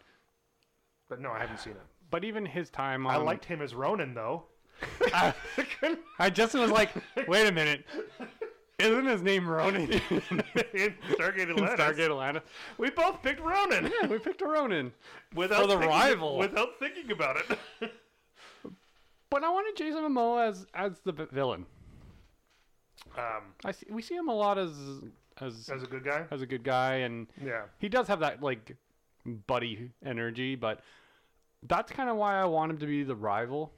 Speaker 2: but no, I haven't seen it.
Speaker 1: but even his time on
Speaker 2: I liked him as Ronan though.
Speaker 1: I, I just was like, wait a minute. Isn't his name Ronan?
Speaker 2: in Stargate
Speaker 1: In
Speaker 2: Atlantis.
Speaker 1: Stargate Atlanta.
Speaker 2: We both picked Ronan
Speaker 1: Yeah, we picked a Ronan.
Speaker 2: without
Speaker 1: For the
Speaker 2: thinking,
Speaker 1: rival.
Speaker 2: Without thinking about it.
Speaker 1: But I wanted Jason Momoa as as the b- villain.
Speaker 2: um,
Speaker 1: I see, we see him a lot as as
Speaker 2: as a good guy.
Speaker 1: as a good guy and
Speaker 2: Yeah.
Speaker 1: he does have that like buddy energy, but that's kind of why I want him to be the rival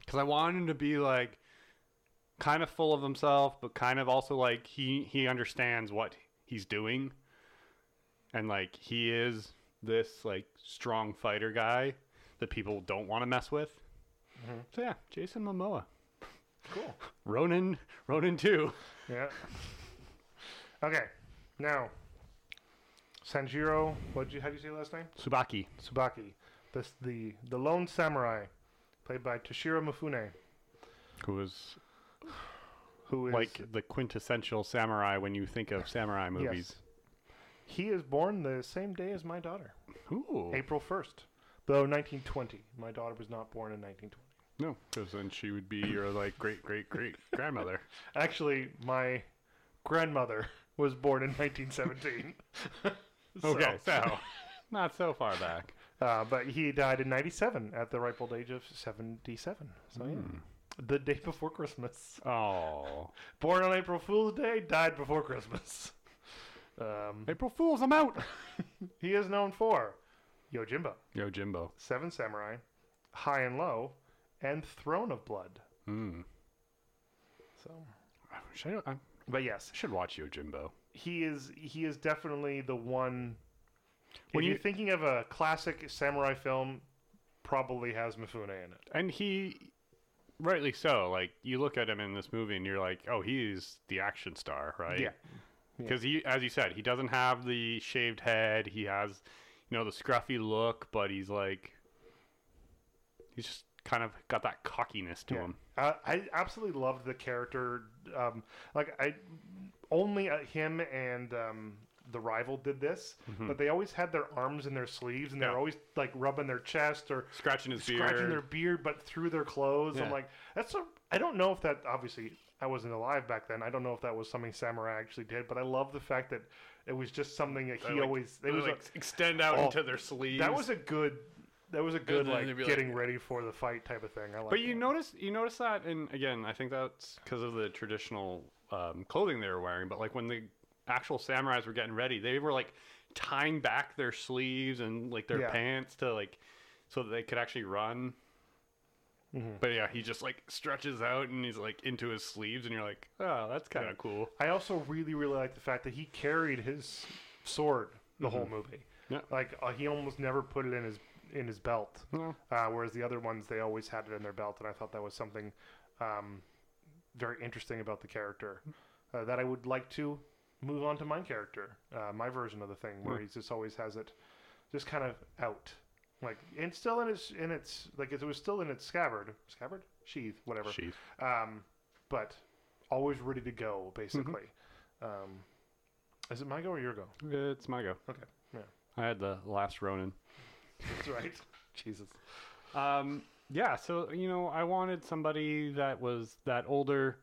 Speaker 1: because I want him to be like kind of full of himself, but kind of also like he he understands what he's doing, and like he is this like strong fighter guy that people don't want to mess with.
Speaker 2: Mhm.
Speaker 1: So yeah, Jason Momoa,
Speaker 2: Cool.
Speaker 1: Ronan, Ronan too.
Speaker 2: Yeah. Okay. Now, Sanjiro. What you? How do you say your last name?
Speaker 1: Subaki.
Speaker 2: Tsubaki. This the the lone samurai, played by Toshiro Mifune,
Speaker 1: Who is
Speaker 2: who is
Speaker 1: like the quintessential samurai when you think of samurai
Speaker 2: Yes.
Speaker 1: movies.
Speaker 2: He is born the same day as my daughter,
Speaker 1: Ooh.
Speaker 2: April first, though 1920. My daughter was not born in 1920.
Speaker 1: No, because then she would be your like great great great grandmother.
Speaker 2: Actually, my grandmother was born in 1917. So,
Speaker 1: okay, so not so far back.
Speaker 2: uh, but he died in 97 at the ripe old age of 77. So,
Speaker 1: Hmm.
Speaker 2: yeah. The day before Christmas.
Speaker 1: Oh,
Speaker 2: Born on April Fool's Day, died before Christmas. Um,
Speaker 1: April Fools, I'm out.
Speaker 2: he is known for Yojimbo,
Speaker 1: Yo, Jimbo.
Speaker 2: Seven Samurai, High and Low, and Throne of Blood.
Speaker 1: Hmm.
Speaker 2: So,
Speaker 1: I wish I, I
Speaker 2: but yes,
Speaker 1: should watch Yo, Jimbo.
Speaker 2: he is he is definitely the one.
Speaker 1: When
Speaker 2: When
Speaker 1: you-
Speaker 2: you're thinking of a classic samurai film, probably has Mifune in it.
Speaker 1: And he, rightly so. Like you look at him in this movie, and you're like, oh, he's the action star, right?
Speaker 2: Yeah. Yeah.
Speaker 1: Because he, as you said, he doesn't have the shaved head. He has, you know, the scruffy look, but he's like, he's just kind of got that cockiness to
Speaker 2: Yeah.
Speaker 1: him.
Speaker 2: Uh, I absolutely loved the character. Um, like I, only uh, him and um, the rival did this, but they always had their arms in their sleeves, and they
Speaker 1: Yeah.
Speaker 2: were always like rubbing their chest or
Speaker 1: Scratching his beard.
Speaker 2: scratching their beard, but through their clothes.
Speaker 1: Yeah.
Speaker 2: I'm like, that's a. I don't know if that obviously I wasn't alive back then. I don't know if that was something Samurai actually did, but I love the fact that it was just something that he
Speaker 3: like-
Speaker 2: always. It
Speaker 3: They
Speaker 2: was
Speaker 3: like
Speaker 2: a,
Speaker 3: extend out
Speaker 2: Oh,
Speaker 3: into their sleeves.
Speaker 2: that was a good. That was a good
Speaker 3: then
Speaker 2: like
Speaker 3: they'd be like-
Speaker 2: getting ready for the fight type of thing. I like.
Speaker 1: But you
Speaker 2: that.
Speaker 1: notice you notice that, and again, I think that's because of the traditional um, clothing they were wearing. But like when the actual samurais were getting ready, they were like tying back their sleeves and like their
Speaker 2: Yeah.
Speaker 1: pants to like so that they could actually run.
Speaker 2: Mm-hmm.
Speaker 1: But yeah, he just like stretches out and he's like into his sleeves, and you're like, oh, that's kind of cool.
Speaker 2: I also really really like the fact that he carried his sword the
Speaker 3: Mm-hmm.
Speaker 2: whole movie.
Speaker 1: Yeah.
Speaker 2: Like uh, he almost never put it in his in his belt,
Speaker 1: No.
Speaker 2: uh, whereas the other ones they always had it in their belt, and I thought that was something um, very interesting about the character uh, that I would like to move on to my character, uh, my version of the thing where he just always has it just kind of out. Like and still in its in its like it was still in its scabbard scabbard sheath whatever
Speaker 1: Sheath.
Speaker 2: um, but always ready to go, basically. Um, is it my go or your go?
Speaker 1: It's my go.
Speaker 2: Okay, yeah,
Speaker 1: I had the last Ronin.
Speaker 2: that's right. Jesus.
Speaker 1: Um, yeah, so you know, I wanted somebody that was that older.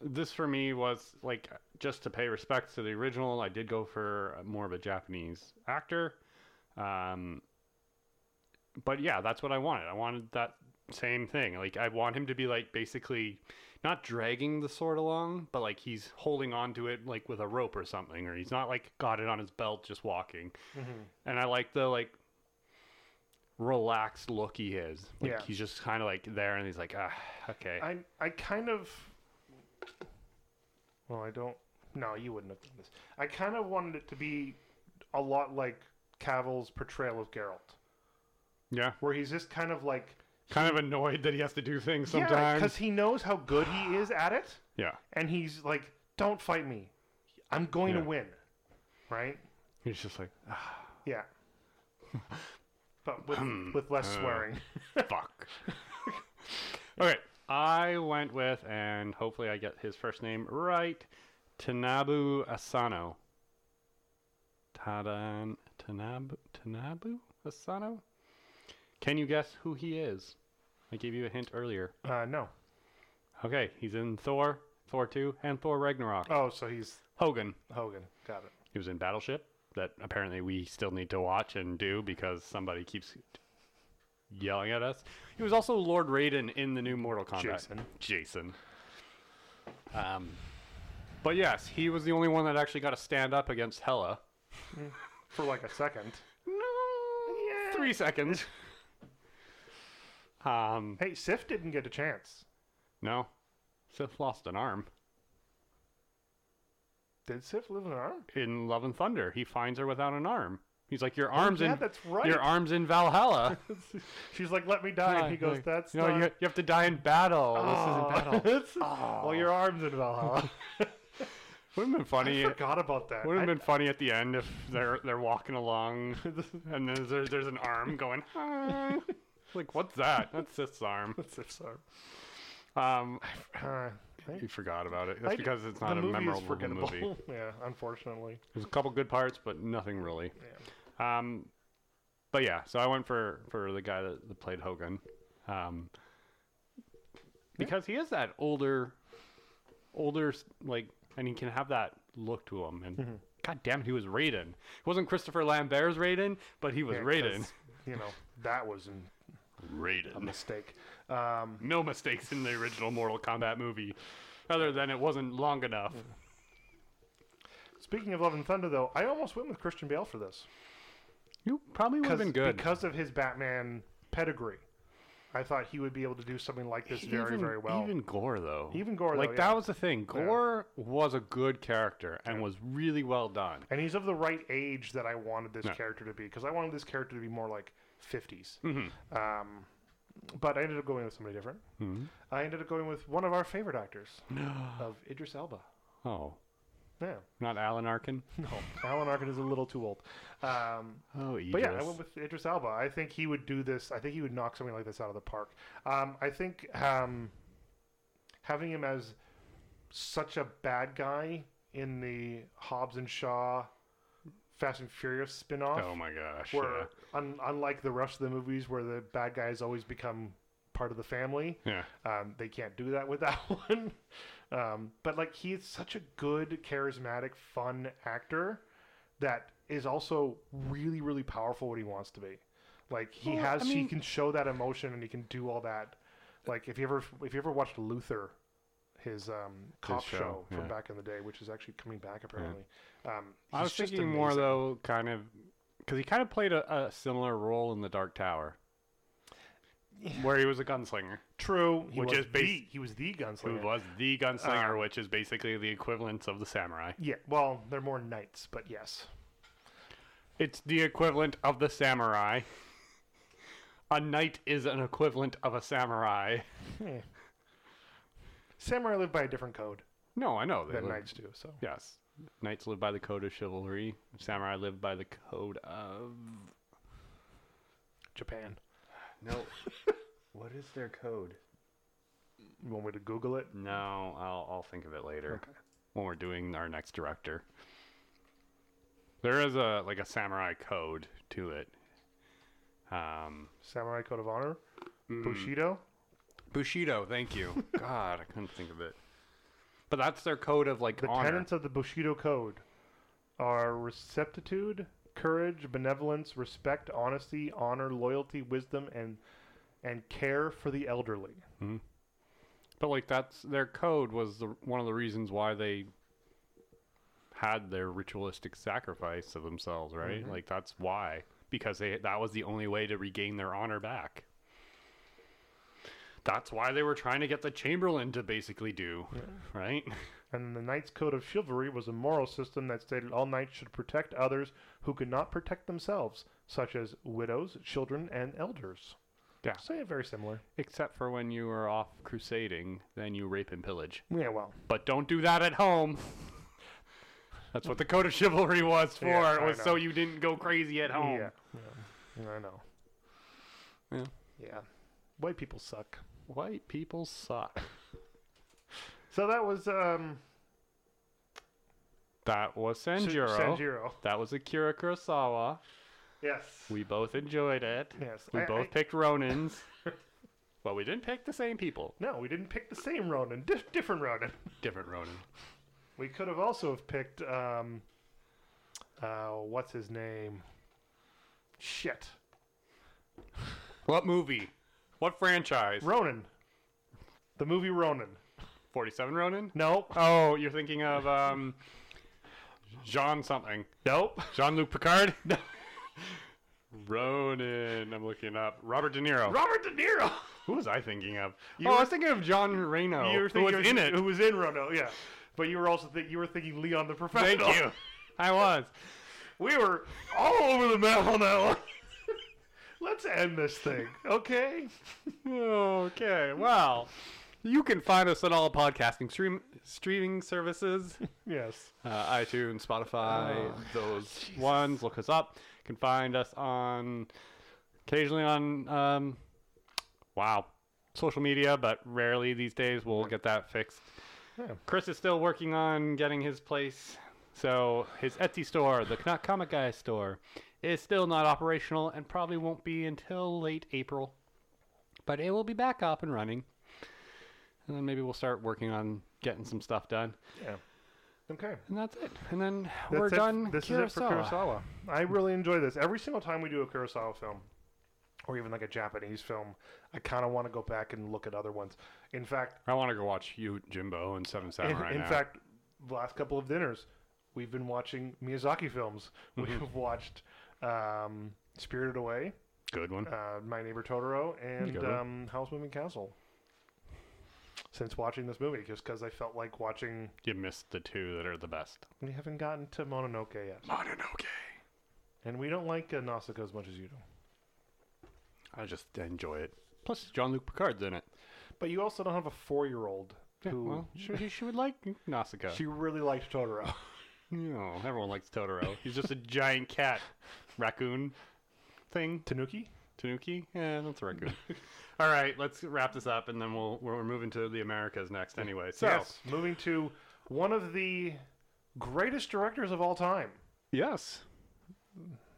Speaker 1: This for me was like just to pay respects to the original. I did go for more of a Japanese actor, um, but yeah, that's what I wanted. I wanted that same thing. Like I want him to be like basically not dragging the sword along, but like he's holding on to it like with a rope or something, or he's not like got it on his belt just walking.
Speaker 2: Mm-hmm.
Speaker 1: And I like the like relaxed look he is. Like
Speaker 2: Yeah.
Speaker 1: he's just kind of like there, and he's like, ah, okay.
Speaker 2: I I kind of. Well, I don't. No, you wouldn't have done this. I kind of wanted it to be a lot like Cavill's portrayal of Geralt,
Speaker 1: yeah,
Speaker 2: where he's just kind of like
Speaker 1: kind of annoyed that he has to do things
Speaker 2: yeah,
Speaker 1: sometimes.
Speaker 2: because he knows how good he is at it,
Speaker 1: Yeah,
Speaker 2: and he's like, "Don't fight me, I'm going
Speaker 1: Yeah.
Speaker 2: to win," right?
Speaker 1: he's just like, "Ah,
Speaker 2: Yeah. But with, with less
Speaker 1: Uh.
Speaker 2: swearing.
Speaker 1: fuck. okay, I went with, and hopefully I get his first name right, Tanabu Asano. Tadan Tanabu Tanabu Asano. Can you guess who he is? I gave you a hint earlier.
Speaker 2: Uh, no.
Speaker 1: Okay, he's in Thor, Thor 2, and Thor Ragnarok.
Speaker 2: Oh, so he's
Speaker 1: Hogan.
Speaker 2: Hogan. Got it.
Speaker 1: He was in Battleship that apparently we still need to watch and do because somebody keeps yelling at us. He was also Lord Raiden in the new Mortal Kombat.
Speaker 2: Jason.
Speaker 1: Jason. Um, but yes, he was the only one that actually got to stand up against Hela.
Speaker 2: For like a second.
Speaker 1: No. Three seconds. um,
Speaker 2: Hey, Sif didn't get a chance.
Speaker 1: no. Sith lost an arm.
Speaker 2: Did Sif live in an arm?
Speaker 1: in Love and Thunder. He finds her without an arm. He's like, your arms
Speaker 2: Oh, yeah,
Speaker 1: in
Speaker 2: that's right.
Speaker 1: your arms in Valhalla.
Speaker 2: She's like, let me die. And he goes,
Speaker 1: Like,
Speaker 2: that's
Speaker 1: you know,
Speaker 2: not...
Speaker 1: you, you have to die in battle. This isn't
Speaker 2: Oh,
Speaker 1: battle.
Speaker 2: it's-
Speaker 1: Ah.
Speaker 2: Well, your arm's in Valhalla.
Speaker 1: Would have been funny.
Speaker 2: I forgot about that.
Speaker 1: Would have
Speaker 2: I-
Speaker 1: been funny at the end if they're they're walking along and then there's, there's an arm going. "Hi." like what's that? That's Sith's arm.
Speaker 2: Sif's arm.
Speaker 1: Um,
Speaker 2: Uh, I-
Speaker 1: you forgot about it. That's
Speaker 2: I-
Speaker 1: because it's not
Speaker 2: the
Speaker 1: a
Speaker 2: movie is
Speaker 1: memorable
Speaker 2: forgettable.
Speaker 1: movie.
Speaker 2: yeah, unfortunately.
Speaker 1: There's a couple good parts, but nothing really.
Speaker 2: Yeah.
Speaker 1: Um, but yeah, so I went for for the guy that, that played Hogan, um, because he is that older, older s- like, and he can have that look to him. And
Speaker 2: Mm-hmm.
Speaker 1: god damn it, he was Raiden. It wasn't Christopher Lambert's Raiden, but he was
Speaker 2: Yeah, 'cause,
Speaker 1: Raiden.
Speaker 2: You know, that was an- a
Speaker 1: Raiden.
Speaker 2: mistake. Um,
Speaker 1: No mistakes in the original Mortal Kombat movie, other than it wasn't long enough.
Speaker 2: Speaking of Love and Thunder, though, I almost went with Christian Bale for this
Speaker 1: You probably would have been good.
Speaker 2: because of his Batman pedigree. I thought he would be able to do something like this very,
Speaker 1: Even-
Speaker 2: very well.
Speaker 1: Even Gore though.
Speaker 2: Even Gore,
Speaker 1: Like
Speaker 2: though, yeah.
Speaker 1: that was the thing. Gore was a good character and was really well done.
Speaker 2: And he's of the right age that I wanted this
Speaker 1: Yeah.
Speaker 2: character to be because I wanted this character to be more like 50s. Um, but I ended up going with somebody different. I ended up going with one of our favorite actors of Idris Elba.
Speaker 1: Oh,
Speaker 2: Yeah.
Speaker 1: not Alan Arkin.
Speaker 2: No, Alan Arkin is a little too old. Um,
Speaker 1: Oh, Idris.
Speaker 2: But yeah, I went with Idris Elba. I think he would do this. I think he would knock something like this out of the park. Um, I think um, having him as such a bad guy in the Hobbs and Shaw Fast and Furious spin-off,
Speaker 1: oh my gosh.
Speaker 2: where
Speaker 1: yeah.
Speaker 2: un- unlike the rest of the movies where the bad guys always become part of the family.
Speaker 1: Yeah.
Speaker 2: Um, they can't do that with that one. Um, but like he's such a good, charismatic, fun actor that is also really, really powerful when he wants to be. Like he
Speaker 1: Well,
Speaker 2: has,
Speaker 1: I
Speaker 2: he
Speaker 1: mean-
Speaker 2: can show that emotion and he can do all that. Like if you ever, if you ever watched Luther, his um, cop
Speaker 1: show,
Speaker 2: show, from
Speaker 1: yeah.
Speaker 2: back in the day, which is actually coming back apparently. Um,
Speaker 1: I
Speaker 2: he's
Speaker 1: was
Speaker 2: just
Speaker 1: thinking more
Speaker 2: amazing.
Speaker 1: though, kind of, because he kind of played a, a similar role in the Dark Tower, where he was a gunslinger,
Speaker 2: True, he
Speaker 1: which
Speaker 2: was
Speaker 1: is bas-
Speaker 2: the, he was the
Speaker 1: who
Speaker 2: gunslinger.
Speaker 1: was the gunslinger,
Speaker 2: Uh,
Speaker 1: which is basically the equivalent of the samurai.
Speaker 2: Yeah, well, they're more knights, but yes.
Speaker 1: It's the equivalent of the samurai. A knight is an equivalent of a samurai.
Speaker 2: Hmm. Samurai live by a different code
Speaker 1: No, I know they
Speaker 2: than
Speaker 1: live-
Speaker 2: knights do. So
Speaker 1: Yes, knights live by the code of chivalry. Samurai live by the code of
Speaker 2: Japan,
Speaker 1: no. what is their code?
Speaker 2: you want me to Google it?
Speaker 1: No, I'll I'll think of it later when we're doing our next director. There is a like a samurai code to it. Um,
Speaker 2: Samurai Code of Honor, Mm.
Speaker 1: Mm.
Speaker 2: Bushido.
Speaker 1: Bushido, thank you. God, I couldn't think of it. But that's their code of like
Speaker 2: The
Speaker 1: honor.
Speaker 2: tenets of the Bushido Code are receptitude, courage, benevolence, respect, honesty, honor, loyalty, wisdom, and and care for the elderly.
Speaker 1: But like that's their code was the, one of the reasons why they had their ritualistic sacrifice of themselves, right?
Speaker 2: Mm-hmm.
Speaker 1: Like that's why because they that was the only way to regain their honor back. That's why they were trying to get the Chamberlain to basically do, right?
Speaker 2: And the Knight's Code of Chivalry was a moral system that stated all knights should protect others who could not protect themselves, such as widows, children, and elders.
Speaker 1: Yeah.
Speaker 2: So yeah, very similar.
Speaker 1: Except for when you were off crusading, then you rape and pillage.
Speaker 2: Yeah, well,
Speaker 1: But don't do that at home. That's what the code of chivalry was for.
Speaker 2: Yeah,
Speaker 1: it
Speaker 2: I
Speaker 1: was
Speaker 2: know.
Speaker 1: so you didn't go crazy at home.
Speaker 2: yeah, yeah, I know.
Speaker 1: Yeah.
Speaker 2: Yeah, white people suck.
Speaker 1: White people suck.
Speaker 2: So that was um,
Speaker 1: That was
Speaker 2: Su-
Speaker 1: Sanjuro.
Speaker 2: Sanjuro.
Speaker 1: That was Akira Kurosawa.
Speaker 2: Yes.
Speaker 1: We both enjoyed it.
Speaker 2: yes.
Speaker 1: We
Speaker 2: I-
Speaker 1: both
Speaker 2: I-
Speaker 1: picked Ronins. well, we didn't pick the same people.
Speaker 2: no, we didn't pick the same Ronin. Di- different Ronin.
Speaker 1: Different Ronin.
Speaker 2: We could have also have picked um, uh, what's his name? Shit,
Speaker 1: What movie? What franchise?
Speaker 2: Ronin. The movie Ronin.
Speaker 1: 47 Ronin?
Speaker 2: No,
Speaker 1: Oh, you're thinking of um Jean something.
Speaker 2: Nope.
Speaker 1: Jean-Luc Picard? No. Ronin, I'm looking up. Robert De Niro.
Speaker 2: Robert De Niro.
Speaker 1: Who was I thinking of?
Speaker 2: You
Speaker 1: oh, I
Speaker 2: were-
Speaker 1: was thinking of John Reno,
Speaker 2: you were
Speaker 1: Oh, who
Speaker 2: thinking
Speaker 1: was in it.
Speaker 2: Who was in Ronin? Oh, Yeah. But you were also think you were thinking Leon the
Speaker 1: Thank
Speaker 2: Professional.
Speaker 1: you. I was.
Speaker 2: We were all over the map on that one. Let's end this thing, okay?
Speaker 1: Okay, well, you can find us on all podcasting stream streaming services,
Speaker 2: Yes.
Speaker 1: uh, iTunes, Spotify, those ones. Look us up. You can find us on occasionally on um, wow social media, but rarely these days. We'll get that fixed.
Speaker 2: Yeah.
Speaker 1: Chris is still working on getting his place. So his Etsy store, the Knock Comic Guy store, is still not operational and probably won't be until late April. But it will be back up and running. And then maybe we'll start working on getting some stuff done.
Speaker 2: Yeah. Okay.
Speaker 1: And that's it. And then
Speaker 2: That's
Speaker 1: we're
Speaker 2: it.
Speaker 1: done.
Speaker 2: This is it for Kurosawa. I really enjoy this. Every single time we do a Kurosawa film, or even like a Japanese film, I kind of want to go back and look at other ones. In fact,
Speaker 1: I want to go watch you, Jimbo, and Seven
Speaker 2: in,
Speaker 1: Samurai
Speaker 2: in
Speaker 1: now.
Speaker 2: fact, the last couple of dinners, we've been watching Miyazaki films. We've watched um, Spirited Away,
Speaker 1: Good one.
Speaker 2: uh, My Neighbor Totoro, and
Speaker 1: Good one.
Speaker 2: um, House Moving Castle. Since watching this movie, just because I felt like watching,
Speaker 1: You missed the two that are the best.
Speaker 2: we haven't gotten to Mononoke yet,
Speaker 1: Mononoke.
Speaker 2: and we don't like uh, Nausicaa as much as you do.
Speaker 1: I just enjoy it. Plus, John Luke Picard's in it.
Speaker 2: But you also don't have a four-year-old
Speaker 1: Yeah,
Speaker 2: who
Speaker 1: well, she, she would like Nausicaa.
Speaker 2: she really liked Totoro.
Speaker 1: No, everyone likes Totoro. He's just a giant cat, raccoon thing.
Speaker 2: Tanuki.
Speaker 1: Tanuki? Yeah, that's a raccoon. All right, let's wrap this up, and then we'll we're moving to the Americas next. Anyway, so
Speaker 2: yes, moving to one of the greatest directors of all time,
Speaker 1: yes,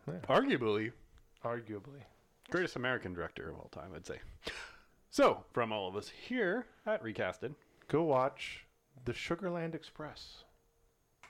Speaker 2: Yeah.
Speaker 1: arguably
Speaker 2: arguably.
Speaker 1: greatest American director of all time, I'd say. So, from all of us here at Recasted,
Speaker 2: Go watch The Sugarland Express.